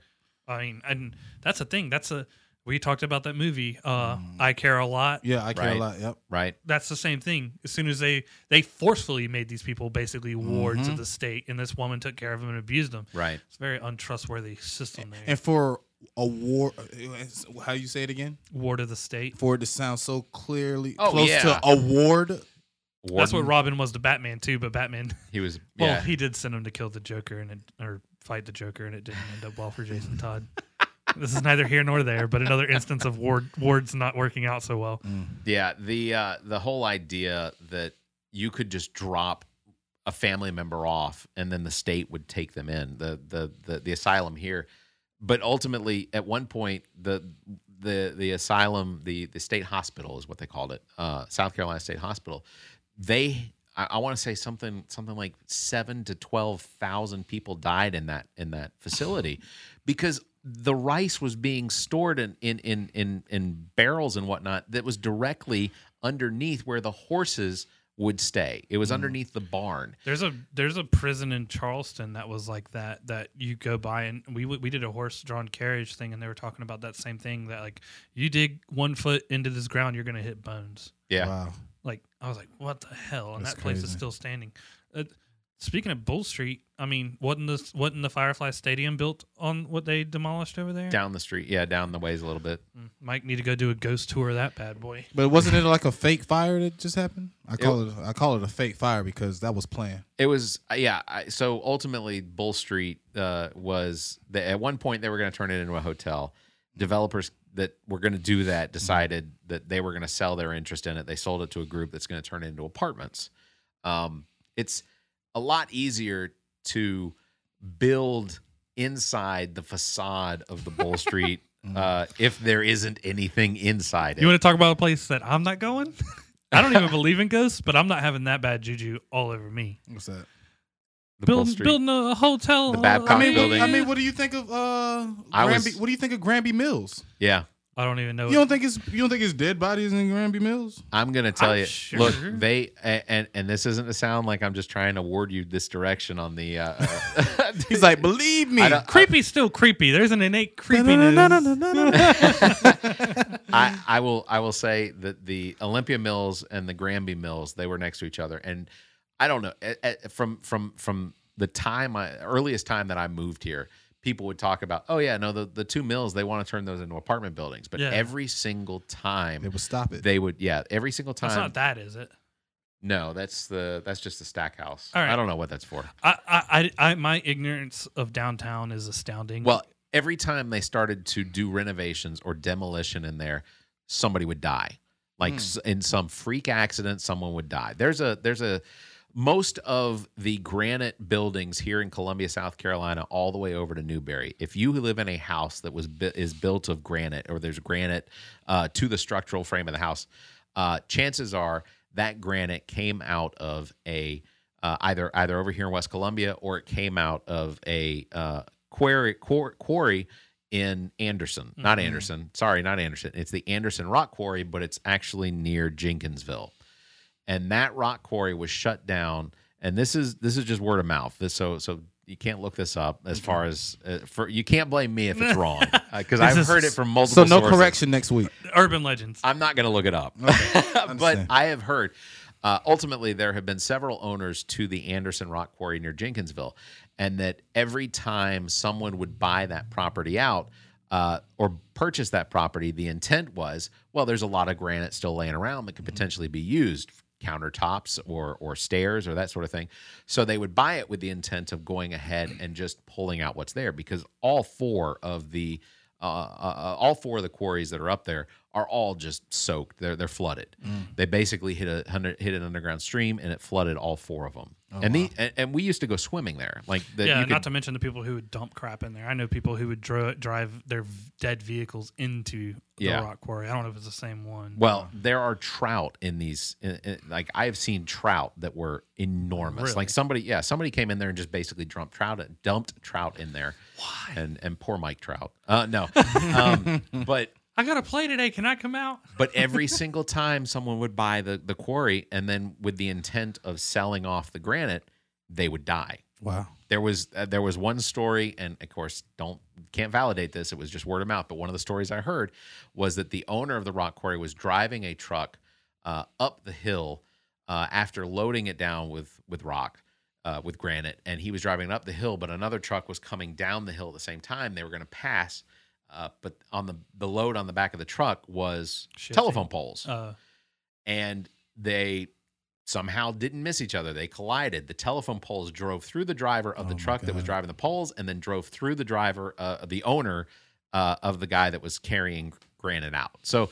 S4: I mean, and that's a thing. That's a, we talked about that movie, uh,
S2: Mm.
S4: I Care a Lot.
S3: Yeah, I care
S2: Right.
S3: a lot. Yep.
S2: right
S4: that's the same thing. As soon as they they forcefully made these people basically wards
S2: Mm-hmm.
S4: of the state, and this woman took care of them and abused them.
S2: right
S4: It's a very untrustworthy system there.
S3: And for a war, how you say it again?
S4: Ward of the state.
S3: For it to sound so clearly
S2: Oh,
S3: close
S2: yeah.
S3: to award.
S4: That's what
S2: Warden,
S4: Robin was to Batman too, but Batman.
S2: he was
S4: Well,
S2: yeah
S4: he did send him to kill the Joker and it, or fight the Joker, and it didn't end up well for Jason Todd. this is neither here nor there, but another instance of ward wards not working out so well.
S3: Mm,
S2: Yeah, the uh, the whole idea that you could just drop a family member off and then the state would take them in the the the, the asylum here, but ultimately at one point the the the asylum the the state hospital is what they called it uh, South Carolina State Hospital they I, I want to say something something like seven to twelve thousand people died in that in that facility because the rice was being stored in in in in, in barrels and whatnot that was directly underneath where the horses would stay. It was underneath the barn.
S4: There's a there's a prison in Charleston that was like that that you go by and we we did a horse drawn carriage thing and they were talking about that same thing that like you dig one foot into this ground you're gonna hit bones
S2: Yeah.
S3: Wow.
S4: like I was like what the hell and
S3: That's
S4: that place is
S3: crazy.
S4: still standing. Uh, speaking of Bull Street, I mean wasn't this wasn't the Firefly Stadium built on what they demolished over there?
S2: Down the street, yeah, down the ways a little bit.
S4: Mm, Mike need to go do a ghost tour of that bad boy.
S3: But wasn't it like a fake fire that just happened? I call it, I call it a fake fire because that was planned.
S2: It was, uh, yeah. I, so ultimately, Bull Street uh, was the, at one point they were going to turn it into a hotel. Developers that were going to do that decided that they were going to sell their interest in it. They sold it to a group that's going to turn it into apartments. Um, it's a lot easier to build inside the facade of the Bull Street uh, if there isn't anything inside it.
S4: You want to talk about a place that I'm not going? I don't even believe in ghosts, but I'm not having that bad juju all over me.
S3: What's that?
S2: the Bull
S4: building
S2: Street.
S4: building a hotel.
S2: The
S4: uh,
S2: Babcock
S4: I mean,
S2: building.
S3: I mean, what do you think of uh?
S2: I was-
S3: Granby, what do you think of Granby Mills?
S2: yeah.
S4: I don't even know.
S3: You don't think it's you don't think it's dead bodies in Granby Mills?
S2: I'm gonna tell
S4: I'm
S2: you.
S4: sure. Mm-hmm.
S2: Look, they a- and and this isn't to sound like I'm just trying to ward you this direction on the. Uh, uh,
S3: He's like, believe me.
S2: I don't-
S4: creepy's still creepy. There's an innate creepiness.
S2: I I will I will say that the Olympia Mills and the Granby Mills they were next to each other, and I don't know a- a- from from from the time I earliest time that I moved here, people would talk about, oh yeah, no the the two mills they want to turn those into apartment buildings, but
S4: Yeah.
S2: every single time
S3: They would stop it.
S2: they would yeah every single time
S4: That's not that, is it?
S2: no that's the that's just the stack house.
S4: All right.
S2: I don't know what that's for.
S4: I, I, I, I, my ignorance of downtown is astounding.
S2: Well, every time they started to do renovations or demolition in there, somebody would die. Like s in some freak accident, someone would die. There's a there's a most of the granite buildings here in Columbia, South Carolina, all the way over to Newberry. If you live in a house that was bu- is built of granite, or there's granite uh, to the structural frame of the house, uh, chances are that granite came out of a uh, either either over here in West Columbia or it came out of a uh, quarry quar- quarry in Anderson, not
S3: Mm-hmm.
S2: Anderson. Sorry, not Anderson. It's the Anderson Rock Quarry, but it's actually near Jenkinsville and that rock quarry was shut down and this is this is just word of mouth this, so so you can't look this up
S3: Mm-hmm.
S2: as far as uh, for you can't blame me if it's wrong because
S4: This
S2: i've
S4: is-
S2: heard it from multiple
S3: So no
S2: sources.
S3: correction next week.
S4: Urban legends.
S2: I'm not going to look it up. but
S3: understand.
S2: I have heard. Uh, ultimately, there have been several owners to the Anderson Rock Quarry near Jenkinsville, and that every time someone would buy that property out uh, or purchase that property, the intent was, well, there's a lot of granite still laying around that could potentially be used countertops or or stairs or that sort of thing. So they would buy it with the intent of going ahead and just pulling out what's there because all four of the uh, uh, all four of the quarries that are up there are all just soaked. They're they're flooded. They basically hit a hundred- hit an underground stream and it flooded all four of them. and the and, and we used to go swimming there. Like that
S4: yeah,
S2: you could,
S4: not to mention the people who would dump crap in there. I know people who would dro- drive their v- dead vehicles into the
S2: Yeah.
S4: rock quarry. I don't know if it's the same one.
S2: Well, there are trout in these. In, in- like I've seen trout that were enormous.
S4: Really?
S2: Like somebody, yeah, somebody came in there and just basically dumped trout, dumped trout in there. Why? And and poor Mike Trout. Uh, no, um, but
S4: I got to play today. Can I come out?
S2: but every single time someone would buy the the quarry, and then with the intent of selling off the granite, they would die.
S3: Wow.
S2: There was uh, there was one story, and of course, don't can't validate this. It was just word of mouth. But one of the stories I heard was that the owner of the rock quarry was driving a truck uh, up the hill uh, after loading it down with with rock. Uh, with granite, and he was driving up the hill, but another truck was coming down the hill at the same time. They were going to pass, uh, but on the the load on the back of the truck was
S4: Shifting.
S2: telephone poles
S4: Uh,
S2: and they somehow didn't miss each other. They collided. The telephone poles drove through the driver of the
S3: Oh my
S2: truck that was
S3: God.
S2: driving the poles, and then drove through the driver, uh, the owner uh, of the guy that was carrying granite out. So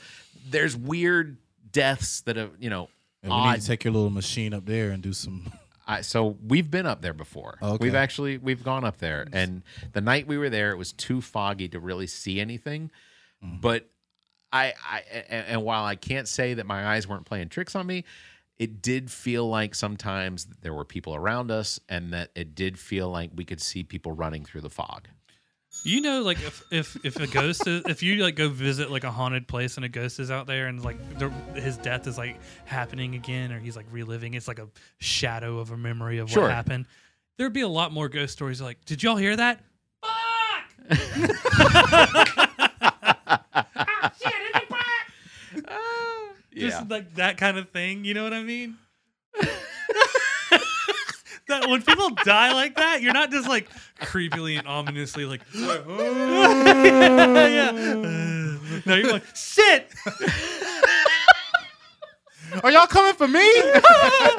S2: there's weird deaths that have you know.
S3: And we need
S2: Odd.
S3: to take your little machine up there and do some.
S2: I, so we've been up there before.
S3: Oh, Okay.
S2: We've actually we've gone up there, and the night we were there, it was too foggy to really see anything.
S3: Mm-hmm.
S2: But I, I and, and while I can't say that my eyes weren't playing tricks on me, it did feel like sometimes that there were people around us, and that it did feel like we could see people running through the fog.
S4: you know, like if if if a ghost, is, if you like go visit like a haunted place and a ghost is out there and like the, his death is like happening again or he's like reliving, it's like a shadow of a memory of
S2: Sure.
S4: what happened. There'd be a lot more ghost stories. Like, did y'all hear that? Just like that kind of thing. You know what I mean? that when people die like that, you're not just like creepily and ominously like, yeah. no, you're like shit.
S3: Are y'all coming for me?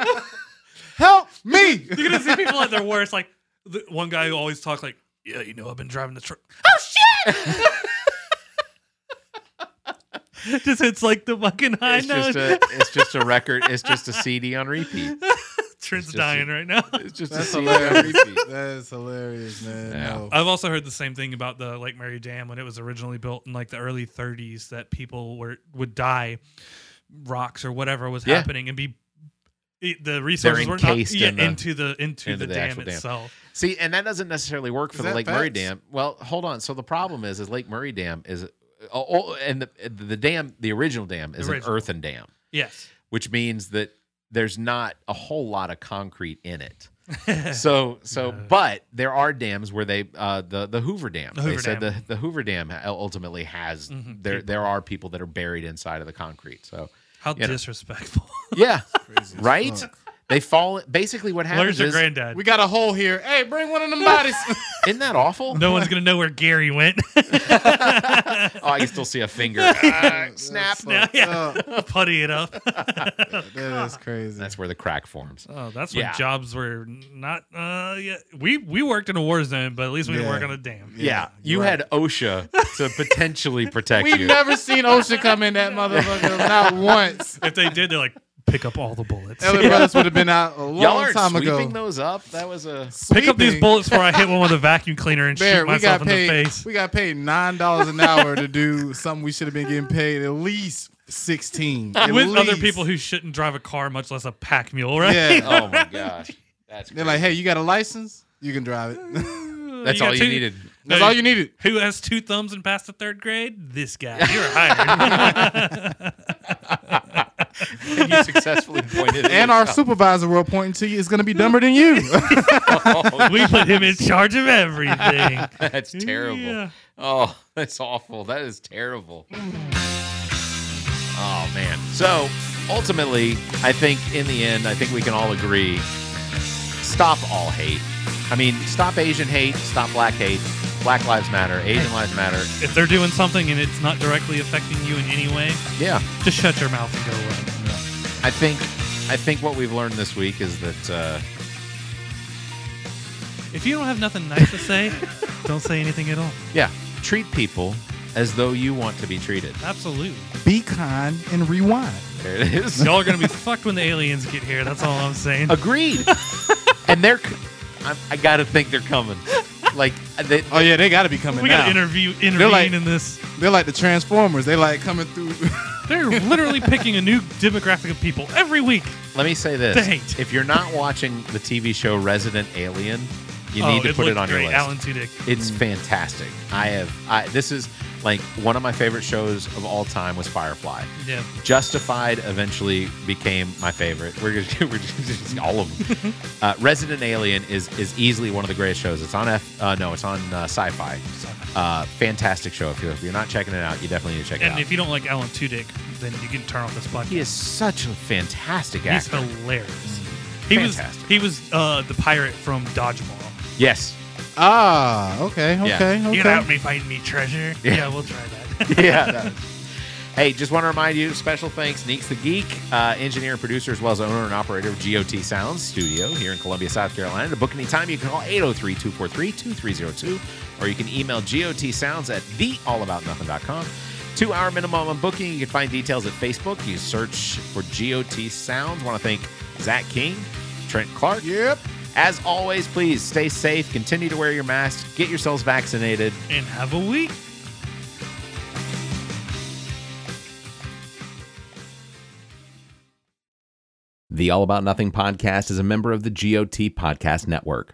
S3: Help me!
S4: You're gonna see people at their worst. Like the one guy who always talks like, yeah, you know, I've been driving the truck. Oh shit! just hits like the fucking high
S2: It's
S4: note.
S2: just a it's just a record. It's just a CD on repeat.
S4: Trent's
S2: just a-
S4: dying right now.
S2: It's just
S3: That's
S2: a CD on
S3: hilarious.
S2: repeat.
S3: That's hilarious, man.
S2: Yeah.
S3: No.
S4: I've also heard the same thing about the Lake Mary Dam when it was originally built in like the early 30s that people were would die, rocks or whatever was
S2: Yeah.
S4: happening and be it, the resources were not
S2: encased
S4: yeah,
S2: in the-
S4: into the into,
S2: into
S4: the,
S2: the
S4: dam
S2: actual dam.
S4: itself.
S2: See, and that doesn't necessarily work for
S3: Is
S2: the
S3: that
S2: Lake Murray
S3: facts?
S2: Dam. Well, hold on. So the problem is, is Lake Murray Dam is, oh, oh, and the the dam, the original dam is an
S4: Original.
S2: earthen dam,
S4: Yes.
S2: which means that there's not a whole lot of concrete in it. so so, but there are dams where they uh, the the Hoover Dam.
S4: The Hoover
S2: they said
S4: Dam.
S2: the the Hoover Dam ultimately has there there are people that are buried inside of the concrete. So
S4: How
S2: You know.
S4: disrespectful.
S2: yeah,
S3: Crazy as
S2: right.
S3: fuck.
S2: They fall. Basically, what happens
S4: Where's your
S2: is
S4: granddad?
S3: We got a hole here. Hey, bring one of them bodies.
S2: isn't that awful?
S4: no one's gonna know where Gary went.
S2: oh, I can still see a finger. Ah, snap.
S4: Yeah, yeah.
S3: Uh,
S4: putty it up.
S3: That is crazy.
S2: That's where the crack forms.
S4: Oh, that's
S2: Yeah.
S4: when jobs were not. Uh, yeah, we we worked in a war zone, but at least we didn't
S3: Yeah.
S4: work on a dam.
S2: Yeah, you
S3: you're right.
S2: had OSHA to potentially protect
S6: We've
S2: you.
S6: never seen OSHA come in that motherfucker, not once.
S4: If they did, they're like, pick up all the bullets.
S6: Ellie Brothers would have been out a long
S2: Y'all aren't
S6: time
S2: sweeping
S6: ago.
S2: those up. That was a
S4: Pick up these
S6: Sweeping.
S4: bullets before I hit one with a vacuum cleaner and
S6: Bear,
S4: shoot
S6: we got
S4: myself in
S6: paid.
S4: the face.
S6: We got paid nine dollars an hour to do something we should have been getting paid at least.
S3: sixteen.
S6: At
S4: With other
S6: least.
S4: people who shouldn't drive a car, much less a pack mule, right?
S6: yeah.
S2: oh my gosh. That's
S6: They're
S2: crazy.
S6: like, hey, you got a license? You can drive it.
S2: that's
S4: got
S2: all you
S4: two-
S2: needed.
S6: That's all you needed.
S4: Who has two thumbs and passed the third grade? This guy. You're hired.
S2: And you successfully pointed it
S6: And our
S2: out.
S6: supervisor we're pointing to you is going to be dumber than you.
S4: we put him in charge of everything.
S2: Oh, That's terrible.
S4: Yeah.
S2: Oh, that's awful. That is terrible. Oh man. So ultimately, I think in the end, I think we can all agree: stop all hate. I mean, stop Asian hate. Stop black hate. Black lives matter. Asian lives matter.
S4: If they're doing something and it's not directly affecting you in any way,
S2: Yeah.
S4: just shut your mouth and go away.
S2: I think. I think what we've learned this week is that. Uh,
S4: If you don't have nothing nice to say, don't say anything at all.
S2: yeah. Treat people as though you want to be treated.
S4: Absolutely.
S6: be kind and rewind.
S2: There it is.
S4: Y'all are going to be fucked when the aliens get here. That's all I'm saying.
S2: Agreed. and they're. c- I, I gotta think they're coming. Like they,
S6: Oh yeah, they got to be coming
S4: We got
S6: now.
S4: to interview, intervene
S6: They're like-
S4: in this.
S6: They're like the Transformers. They like coming through.
S4: They're literally picking a new demographic of people every week.
S2: Let me say this:
S4: The hate.
S2: if you're not watching the TV show Resident Alien, you
S4: Oh,
S2: need to put it
S4: looked
S2: on
S4: great.
S2: your list.
S4: Alan Mm. Tudyk.
S2: It's fantastic. I have. I, this is like one of my favorite shows of all time was Firefly.
S4: Yeah.
S2: Justified eventually became my favorite. We're just, we're just, just all of them. uh, Resident Alien is is easily one of the greatest shows. It's on F. Uh, no, it's on uh, Sci-Fi. Uh, fantastic show. If you're, if you're not checking it out, you definitely need to check it
S4: And
S2: out.
S4: if you don't like Alan Tudyk, then you can turn off this podcast.
S2: he is such a fantastic
S4: He's
S2: actor. Mm-hmm.
S4: hilarious. He
S2: Fantastic.
S4: was he was uh, the pirate from Dodgeball.
S2: yes.
S6: ah, okay, okay,
S2: Yeah.
S6: okay.
S4: You can help me find me treasure. Yeah, we'll try that.
S2: yeah. that is. Hey, just want to remind you, special thanks, Neeks the Geek, uh, engineer and producer, as well as owner and operator of GOT Sounds Studio here in Columbia, South Carolina. To book any time, you can call 803-243-2302, or you can email gotsounds at theallaboutnothing.com. Two-hour minimum on booking. You can find details at Facebook. You search for GOT Sounds. want to thank Zach King, Trent Clark,
S6: Yep.
S2: as always, please stay safe, continue to wear your mask, get yourselves vaccinated,
S4: and have a week.
S5: The All About Nothing podcast is a member of the GOT Podcast Network.